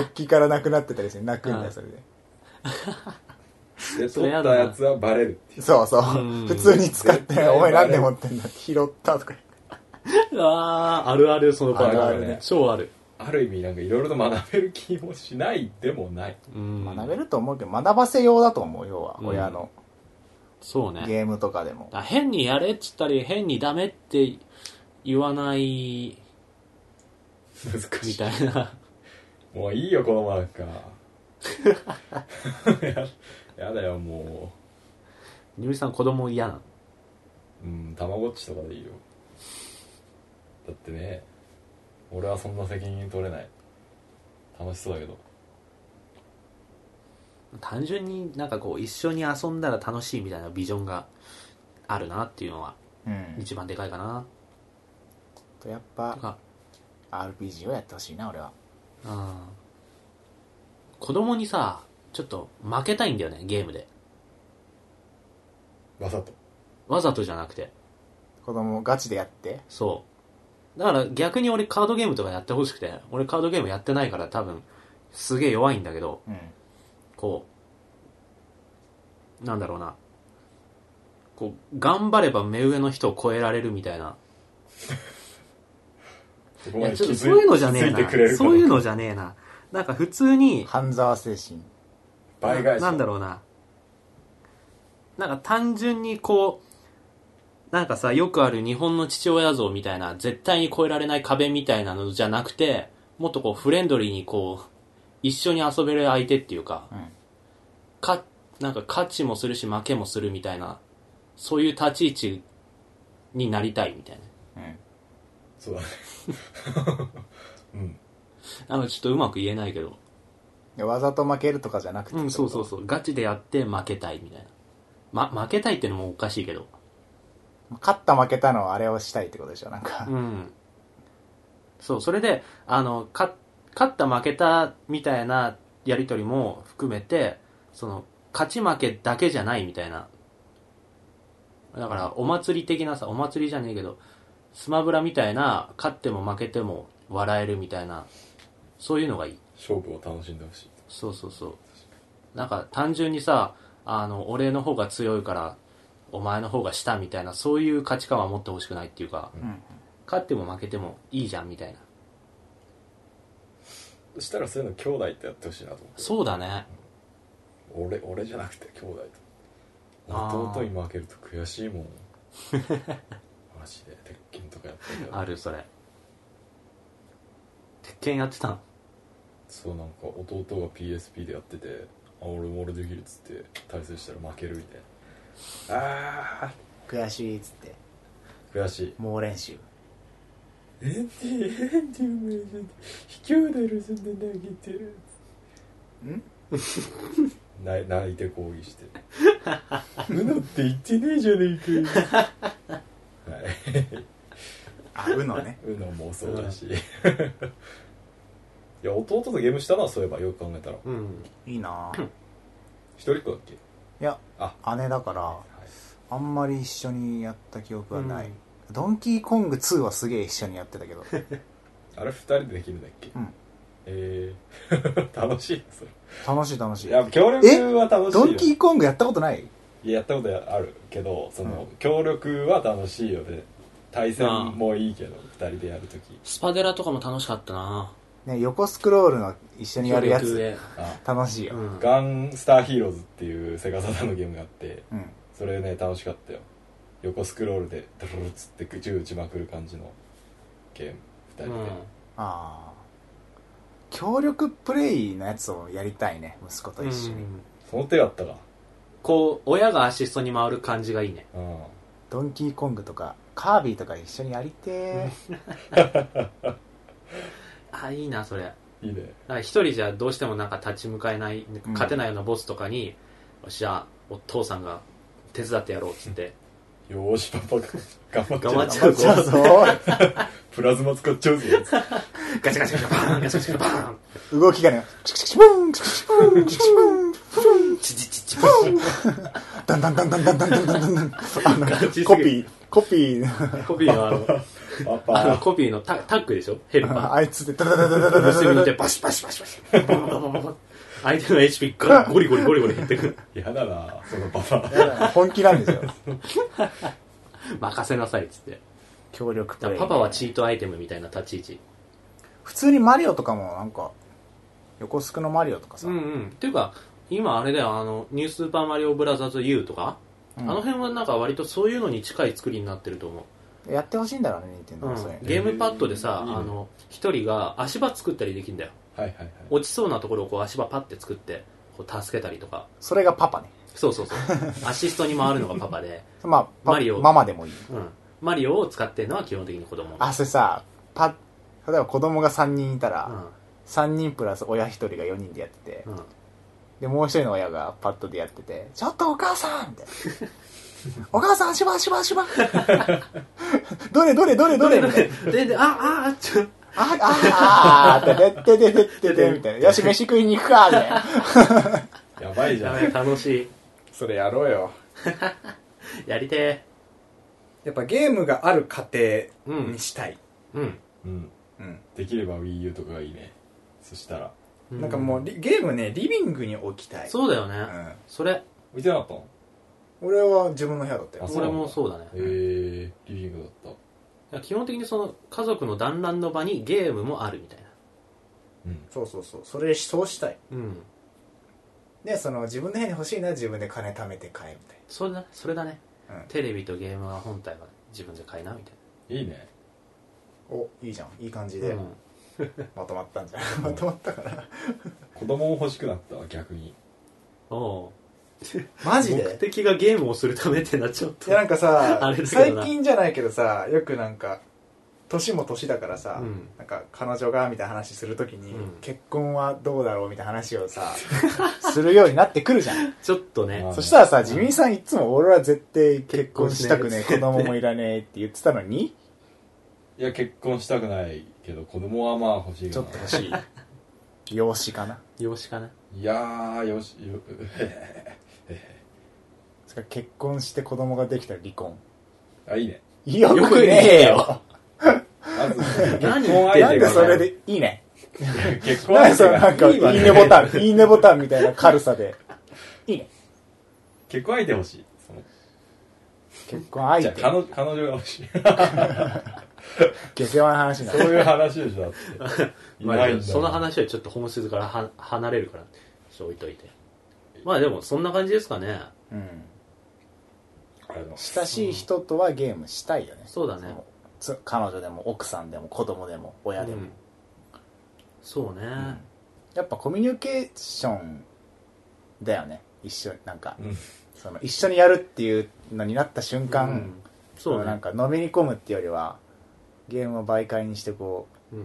Speaker 3: ッキからなくなってたりして、泣くんだ
Speaker 1: う
Speaker 3: よ、
Speaker 1: ん
Speaker 3: それで。
Speaker 2: で
Speaker 1: それ
Speaker 2: 取
Speaker 1: や
Speaker 2: っ
Speaker 1: だな
Speaker 2: たやつはバレるっていう
Speaker 3: そうそう。
Speaker 1: うん
Speaker 3: 普通に使って
Speaker 2: 絶対、
Speaker 3: お前
Speaker 2: バレ
Speaker 3: 何
Speaker 2: る
Speaker 3: で持ってんだって拾ったとか。
Speaker 1: あああるあるそのパタ
Speaker 3: あ
Speaker 1: ー
Speaker 3: るあ
Speaker 1: ン
Speaker 3: るね
Speaker 1: 超ある
Speaker 2: ある意味なんかいろいろと学べる気もしないでもない
Speaker 1: うん
Speaker 3: 学べると思うけど、学ばせ用だと思う、要は。
Speaker 1: うん
Speaker 3: 親の
Speaker 1: そうね
Speaker 3: ゲームとかでも。
Speaker 1: あ変にやれっつったり変にダメって言わ ない
Speaker 2: 難し
Speaker 1: み
Speaker 2: い
Speaker 1: たいな
Speaker 2: もういいよこのマーカー やや だよも
Speaker 1: ニミさん子供嫌なの
Speaker 2: ううんたまごっちとかでいいよだってね俺はそんな責任取れない楽しそうだけど
Speaker 1: 単純になんかこう一緒に遊んだら楽しいみたいなビジョンがあるなっていうのは
Speaker 3: うん。
Speaker 1: 一番でかいかな
Speaker 3: とやっ
Speaker 1: と
Speaker 3: ぱ
Speaker 1: か
Speaker 3: RPG をやってほしいな俺は
Speaker 1: うん子供にさちょっと負けたいんだよねゲームで
Speaker 4: わざと
Speaker 1: わざとじゃなくて
Speaker 3: 子供をガチでやって
Speaker 1: そうだから逆に俺カードゲームとかやってほしくて俺カードゲームやってないから多分すげえ弱いんだけど
Speaker 3: うん
Speaker 1: こうなんだろうなこう頑張れば目上の人を超えられるみたいな
Speaker 2: そこ
Speaker 1: い
Speaker 2: ま
Speaker 1: や
Speaker 2: で
Speaker 1: ち
Speaker 2: 気
Speaker 1: ょっと
Speaker 2: づ
Speaker 1: そういうのじゃねえ
Speaker 2: 気づいてくれる
Speaker 1: な
Speaker 2: か
Speaker 1: そういうのじゃねえななんか普通に
Speaker 3: 半沢精神
Speaker 2: 倍返し
Speaker 1: なんだろうななんか単純にこうなんかさよくある日本の父親像みたいな絶対に越えられない壁みたいなのじゃなくてもっとこうフレンドリーにこう一緒に遊べる相手っていうか
Speaker 3: うん
Speaker 1: かなんか勝ちもするし負けもするみたいなそういう立ち位置になりたいみたい
Speaker 3: うん
Speaker 2: そうだねうん
Speaker 1: ななんかちょっとうまく言えないけど
Speaker 3: でわざと負けるとかじゃなくて
Speaker 1: うんそうそう
Speaker 3: う
Speaker 1: そうガチでやって負けたいみたいな、ま、負けたいってのもおかしいけど
Speaker 3: 勝った負けたのあれをしたいってことでしょなんか
Speaker 1: うん。そう、それで、あの、か勝った負けたみたいなやりとりも含めて、その、勝ち負けだけじゃないみたいな。だから、お祭り的なさ、お祭りじゃねえけど、スマブラみたいな、勝っても負けても笑えるみたいな、そういうのがいい。
Speaker 2: 勝負を楽しんでほしい
Speaker 1: そうそうそう。なんか、単純にさ、あの、俺の方が強いから、お前の方が下みたいな、そういう価値観は持ってほしくないっていうか、
Speaker 3: うん
Speaker 1: 勝っても負けてもいいじゃんみたいな
Speaker 2: そしたらそういうの兄弟ってやってほしいなと思って
Speaker 1: そうだね
Speaker 2: 俺俺じゃなくて兄弟
Speaker 1: あー
Speaker 2: と弟に負けると悔しいもんマジで鉄拳とかやってる
Speaker 1: あるそれ鉄拳やってたの
Speaker 2: そうなんか弟が PSP でやっててあ俺も俺できるっつって対戦したら負けるみたいなあ
Speaker 3: 悔しいっつって
Speaker 2: ー悔しい
Speaker 3: 猛練習
Speaker 2: エンディエンディもやじゃ卑怯な路線で投げてる
Speaker 3: ん
Speaker 2: 泣泣いて抗議して「うのって言ってねえじゃねえかよ」はい
Speaker 3: あうのね
Speaker 2: うのもそうだし いや弟とゲームしたのはそういえばよく考えたら
Speaker 1: うん
Speaker 3: いいなぁ
Speaker 2: 一人っ子だっけ
Speaker 3: いや
Speaker 2: あ
Speaker 3: 姉だから
Speaker 2: はい
Speaker 3: あんまり一緒にやった記憶はない、ドンキーコング2はすげえ一緒にやってたけど
Speaker 2: あれ二人でできるんだっけ、
Speaker 3: うん
Speaker 2: えー、 楽しいなそれ
Speaker 3: 楽しい楽しい
Speaker 2: いや協力は楽しいよ
Speaker 3: ドンキーコングやったことない
Speaker 2: いややったことあるけどその、
Speaker 3: う
Speaker 2: 協力は楽しいよね対戦もいいけど二人でやるとき
Speaker 1: スパデラとかも楽しかったな
Speaker 3: ね横スクロールの一緒にやるや
Speaker 1: 協力
Speaker 3: つ
Speaker 1: で
Speaker 2: あ
Speaker 3: 楽しいよ
Speaker 1: うん
Speaker 2: ガンスターヒーローズっていうセガサターンのゲームがあって
Speaker 3: うん、
Speaker 2: それね楽しかったよ横スクロールでドロロつって銃撃ちまくる感じのゲーム二
Speaker 1: う
Speaker 2: 人
Speaker 1: ん
Speaker 2: で、
Speaker 3: ああ協力プレイのやつをやりたいね息子と一緒に、
Speaker 1: うん
Speaker 2: その手があったか
Speaker 1: こう親がアシストに回る感じがいいね
Speaker 2: うん
Speaker 3: ドンキーコングとかカービィとか一緒にやりてー、
Speaker 1: あいいなそれ
Speaker 2: いいね
Speaker 1: なんか一人じゃどうしてもなんか立ち向かえない
Speaker 3: ん
Speaker 1: 勝てないようなボスとかに、よっしゃお父さんが手伝ってやろうっつって
Speaker 2: よーしパパ頑張っちゃう
Speaker 1: 頑張っち
Speaker 3: やっちゃうぞ
Speaker 2: プラズマ使っちゃうぞ
Speaker 1: ガチャガチャガチャバーンガチャガチャガチャバーン
Speaker 3: 動きがねチクチクチクブンチクチクチクブンチクチクブン
Speaker 1: チチチチ
Speaker 3: ダンダンダンダンダンダンダンダンダンあの
Speaker 1: ガチすぎる
Speaker 3: コピーコピー
Speaker 1: コピーのあの
Speaker 2: パ
Speaker 1: あの
Speaker 2: パ
Speaker 1: コピーのタタックでしょヘルパー
Speaker 3: あいつでダダダダダダダ
Speaker 1: 盗み
Speaker 3: ダ
Speaker 1: にてバシバシバシバシバシババババババ相手の HP がゴリゴリゴリゴリ減ってくる
Speaker 2: やだなそのパパ
Speaker 3: ダ本気なんですよ
Speaker 1: 任せなさいっつって
Speaker 3: 協力プ
Speaker 1: だか
Speaker 3: レイ
Speaker 1: らパパはチートアイテムみたいな立ち位置
Speaker 3: 普通にマリオとかもなんか横須賀のマリオとかさ、
Speaker 1: うんうんっていうか今あれだよあのニュースーパーマリオブラザーズ U とか、
Speaker 3: うん
Speaker 1: あの辺はなんか割とそういうのに近い作りになってると思
Speaker 3: やってほしいんだろうね任天
Speaker 1: う、
Speaker 3: 堂
Speaker 1: う
Speaker 3: は
Speaker 1: ん
Speaker 3: それ、
Speaker 1: ゲームパッドでさ
Speaker 2: いいね
Speaker 1: あの一人が足場作ったりできるんだよ
Speaker 2: はいはいはい
Speaker 1: 落ちそうなところをこう足場パッて作ってこう助けたりとか
Speaker 3: それがパパね
Speaker 1: そうそうそう アシストに回るのがパパで、
Speaker 3: まあパ
Speaker 1: マリオ
Speaker 3: ママでもいい
Speaker 1: うん、マリオを使ってるのは基本的に子供
Speaker 3: あそれさパ例えば子供が3人いたら、
Speaker 1: う
Speaker 3: 3人プラス親1人が4人でやってて、
Speaker 1: んうん
Speaker 3: でもう1人の親がパッドでやってて「ちょっとお母さん!」みたいな「お母さん足場足場足場! 」 どれどれどれどれみたいな。
Speaker 1: で、で、あ、あ、あ、ちょ、
Speaker 3: あ、あ、あ、あ、ててててててて みたいな。よし、飯食いに行くかみたいな。
Speaker 2: やばいじ
Speaker 1: や
Speaker 2: ゃん
Speaker 1: べえ楽しい。
Speaker 4: それやろうよ
Speaker 1: やりて
Speaker 4: やっぱゲームがある家庭にしたい、
Speaker 1: え。うん。
Speaker 2: うん
Speaker 4: うん
Speaker 2: できれば WiiU とかがいいねそしたら
Speaker 4: なんかもうリゲームねリビングに置きたい
Speaker 1: そうだよ
Speaker 4: う
Speaker 1: ね。
Speaker 4: ん、
Speaker 1: それ、
Speaker 2: 置いてなかったの
Speaker 4: 俺は自分の部屋だった
Speaker 2: あ
Speaker 4: よ
Speaker 2: そう
Speaker 1: 俺もそうだね。
Speaker 2: へえリビングだった
Speaker 1: いや基本的にその家族の団らんの場にゲームもあるみたいな。
Speaker 2: うん
Speaker 4: そうそうそうそれそうしたい
Speaker 1: うん。
Speaker 4: ねその自分の部屋に欲しいなら自分で金貯めて買えみたい
Speaker 1: それだね。それだね。
Speaker 4: な、うん
Speaker 1: テレビとゲームは本体は自分で買いな、みたい
Speaker 2: いいね
Speaker 4: おいいじゃんいい感じ
Speaker 1: な。
Speaker 4: で
Speaker 1: うん。
Speaker 4: まとまったんじゃない、ま
Speaker 2: ん
Speaker 4: とまったかな
Speaker 2: 子供も欲しくなったわ逆に
Speaker 1: おう
Speaker 4: マジ
Speaker 1: 目
Speaker 4: で
Speaker 1: 的がゲームをするためってな、ちょっ
Speaker 4: い
Speaker 1: と
Speaker 4: や。なんか
Speaker 1: あ
Speaker 4: さ
Speaker 1: れだけ
Speaker 4: 最
Speaker 1: どな
Speaker 4: 近じゃないけどさよくなんか年も年だからさ、
Speaker 1: うん
Speaker 4: なんか彼女がみたいな話するときに、
Speaker 1: うん
Speaker 4: 結婚はどうだろうみたいな話をさ
Speaker 3: するようになってくるじゃん。
Speaker 1: ちょっとね
Speaker 2: まあ。
Speaker 3: そしたらさ、ジミーさんいつも俺は絶対結婚したくねえ、
Speaker 1: 結婚しな
Speaker 3: 子
Speaker 1: い
Speaker 3: 供もいらねえって言ってたのに、
Speaker 2: いや結婚したくないけど子供はまあ欲しい
Speaker 3: ち
Speaker 2: か
Speaker 3: ょ
Speaker 2: な
Speaker 3: っと欲しい。養子かな。
Speaker 1: 容姿かな。
Speaker 2: いやーよしよ
Speaker 3: それから結婚して子供ができたら離婚。
Speaker 2: あいいね
Speaker 3: よくねえよ。
Speaker 2: まず
Speaker 1: 何
Speaker 2: 結婚
Speaker 1: 言っ
Speaker 3: な
Speaker 1: て
Speaker 3: ん
Speaker 1: ん
Speaker 3: で
Speaker 1: だ
Speaker 3: それで、いいね。
Speaker 2: 結婚
Speaker 3: なんでそれ
Speaker 2: 相
Speaker 3: なんか、い
Speaker 2: 手
Speaker 3: い
Speaker 2: がいい
Speaker 3: ね
Speaker 2: わ
Speaker 3: ボ
Speaker 2: ね
Speaker 3: タン、いいねボタンみたいな軽さで。いいね。
Speaker 2: 結婚相手欲しいその
Speaker 3: 結婚
Speaker 2: じゃ
Speaker 3: 相
Speaker 2: あ彼
Speaker 3: 手。
Speaker 2: 女彼女が欲しい
Speaker 3: 下世話の話にな
Speaker 2: そう
Speaker 3: る。
Speaker 2: いう話でしょだって い
Speaker 1: ま
Speaker 2: な
Speaker 1: あ
Speaker 2: いんだもん
Speaker 1: その話はちょっと本質からは離れるから、ちょっと置いといて。まあでも、そんな感じですかね。
Speaker 3: うん。
Speaker 2: ありがとうございます
Speaker 3: 親しい人とはゲームしたいよね。
Speaker 1: そうだね
Speaker 3: のつ彼女でも奥さんでも子供でも親でも。
Speaker 1: うんそうね。
Speaker 3: やっぱコミュニケーションだよね。一緒に、なんか、
Speaker 2: うん
Speaker 3: その一緒にやるっていうのになった瞬間、
Speaker 1: うんそう
Speaker 3: なん
Speaker 1: ね。
Speaker 3: かのめり込むっていうよりは、ゲームを媒介にしてこ
Speaker 1: うん。
Speaker 3: う、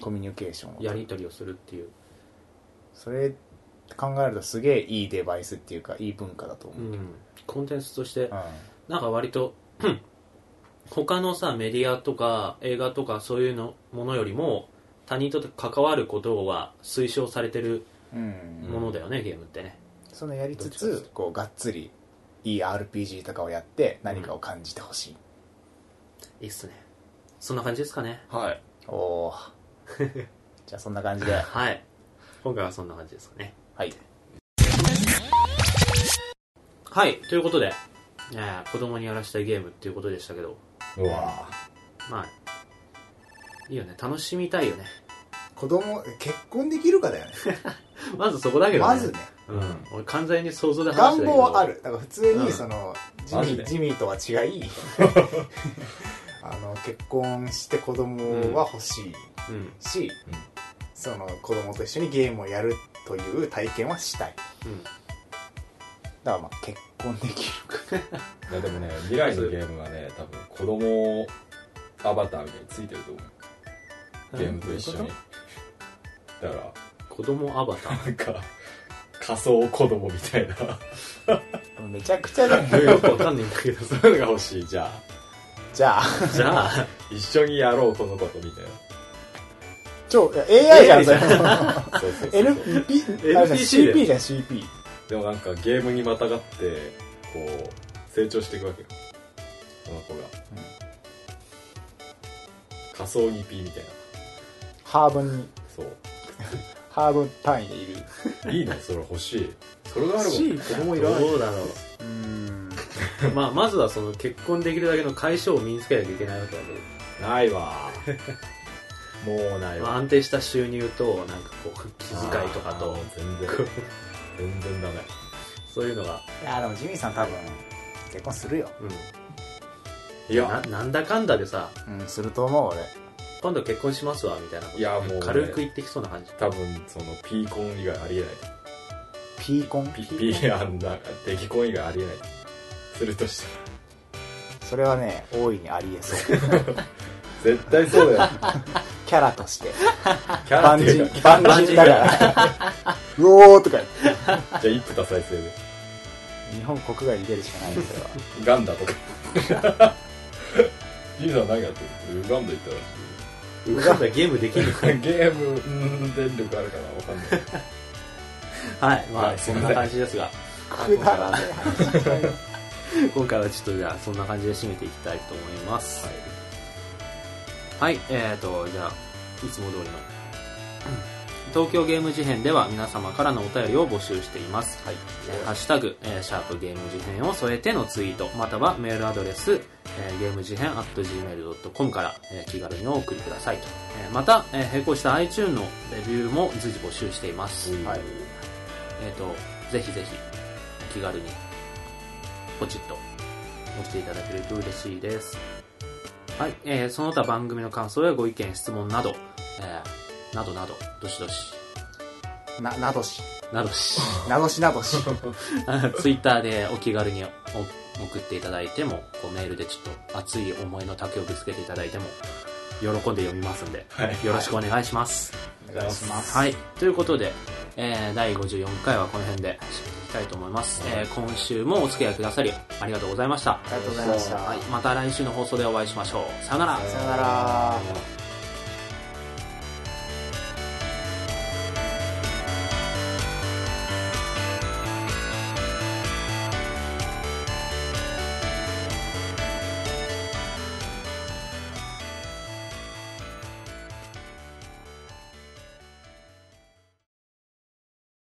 Speaker 3: コミュニケーションを。
Speaker 1: やり取りをするっていう。
Speaker 3: それ考えるとすげえいいデバイスっていうか、いい文化だと思
Speaker 1: う
Speaker 3: う。
Speaker 1: ん。コンテンツとして
Speaker 3: う、ん。
Speaker 1: なんか割と、 他のさ、メディアとか映画とかそういうのものよりも、他人と関わることは推奨されてる
Speaker 3: うん。
Speaker 1: ものだよね、ゲームってね。
Speaker 3: そのやり
Speaker 1: どっ
Speaker 3: つ
Speaker 1: ちか
Speaker 3: つ、こう、がっつり、いい RPG とかをやって、何かを感じてほしい。
Speaker 1: いいっすね。そんな感じですかね。
Speaker 2: はい
Speaker 3: おおーじゃあそんな感じで。 は
Speaker 1: はい。今回はそんな感じですかね。
Speaker 3: い。
Speaker 1: はい、ということで、えー子供にやらしたいゲームっていうことでしたけど、
Speaker 2: うわ
Speaker 1: まあ、いいよね、楽しみたいよね。
Speaker 4: 子供結婚できるかだよね
Speaker 1: まずそこだけどね。
Speaker 4: まずね
Speaker 1: うん。俺完全に想像で話し
Speaker 4: 願
Speaker 1: てたけど。
Speaker 4: 望はあ。るだから普通
Speaker 1: うん
Speaker 4: にその、ジミ
Speaker 2: マジで
Speaker 4: ージミーとは違 いあの結婚して子供は欲しい
Speaker 1: うん。
Speaker 4: し、
Speaker 2: うん
Speaker 4: その子供と一緒にゲームをやるという体験はしたい
Speaker 1: うん。
Speaker 3: だからまあ結婚できるか。
Speaker 2: いやでもね未来のゲームはね多分子供アバターみたいについてると思うゲームと一緒にだから
Speaker 1: 子供アバター。
Speaker 2: なんか仮想子供みたい な
Speaker 3: めちゃくちゃ だよ。
Speaker 1: よくわかんないんだけどさ。
Speaker 2: そういうのが欲しいじゃあ
Speaker 3: じゃあ、
Speaker 1: じゃあ、
Speaker 2: 一緒にやろうこのことみたい
Speaker 3: 超、いや AI じゃん、それ。
Speaker 2: なそうそうそうそう
Speaker 3: NP、あれじゃん CP じゃん、CP。
Speaker 2: でもなんかゲームにまたがってこう成長していくわけよその子が、仮想ギピーみたいな
Speaker 3: ハーブに、
Speaker 2: そう
Speaker 3: ハーブ単位でいる。
Speaker 2: いいねそれ欲しいそれがある
Speaker 3: 欲しい
Speaker 2: 子供いらない
Speaker 1: どうだろ
Speaker 3: うーん。
Speaker 1: う。まあ、まずはその結婚できるだけの解消を身につけなきゃいけないわけだけ
Speaker 2: ないわもうない
Speaker 1: ど、まあ、
Speaker 2: わ
Speaker 1: 安定した収入と、なんかこう、気遣いとかと
Speaker 2: あ、ー全然全然ダメ
Speaker 1: そういうのが、
Speaker 3: いや、でもジミーさん多分、結婚するよ。
Speaker 1: うん。
Speaker 2: い
Speaker 1: な
Speaker 2: や
Speaker 1: なんだかんだでさ、
Speaker 3: うん、すると思う、俺。
Speaker 1: 今度結婚しますわ、みたいなこと。
Speaker 2: いやもうね
Speaker 1: 軽く言ってきそうな感じ。
Speaker 2: 多分そのピーコン以外ありえない
Speaker 3: ピーコン。
Speaker 2: ピピーあんなデキコン以外ありえないするとしたら
Speaker 3: それはね、大いにありえそう。
Speaker 2: 絶対そうだよ
Speaker 3: キャラとして。
Speaker 2: キャラ
Speaker 3: 万
Speaker 2: っていう
Speaker 3: 人
Speaker 2: か、
Speaker 3: 万人だから。 うおーとか言って。
Speaker 2: じゃあ一夫多妻制で
Speaker 3: 日本国外に出るしかないんですよ。
Speaker 2: ガンダとかリーさん何やってるウガンダ行ったらし
Speaker 1: ウガンダゲームできる
Speaker 2: いゲームうん電力あるかなわかんな い
Speaker 1: はいま
Speaker 2: は
Speaker 1: あ
Speaker 2: い
Speaker 1: そんな感じです が
Speaker 3: くだらない話だよ
Speaker 1: 今回はちょっとじゃあそんな感じで締めていきたいと思いますはい、えーとじゃあいつも通りの東京ゲーム事変では皆様からのお便りを募集しています
Speaker 3: はい
Speaker 1: えーハッシュタグ、えーシャープゲーム事変を添えてのツイート、またはメールアドレス、えーゲーム事変 at gmail.com から、えー気軽にお送りくださいと。えーまた、えー並行した iTune のレビューも随時募集しています。
Speaker 2: はい
Speaker 1: はいえっ、と、ぜひぜひ、気軽に、ポチッと押していただけると嬉しいです。はい、えーその他番組の感想やご意見、質問など、えーなどなど、どしどし、
Speaker 3: ななどし
Speaker 1: などし。
Speaker 3: などしなどし
Speaker 1: ツイッターでお気軽にお送っていただいても、こうメールでちょっと熱い思いの丈をぶつけていただいても、喜んで読みますんで、
Speaker 2: はい
Speaker 1: よろしくお願いします。
Speaker 3: お願いします
Speaker 1: はい。ということで、えー第54回はこの辺で締めていきたいと思います。えー今週もお付き合いくださり、ありがとうございました。
Speaker 3: ありがとうございました
Speaker 1: はい。また来週の放送でお会いしましょう。さよなら。
Speaker 3: さよなら
Speaker 2: あー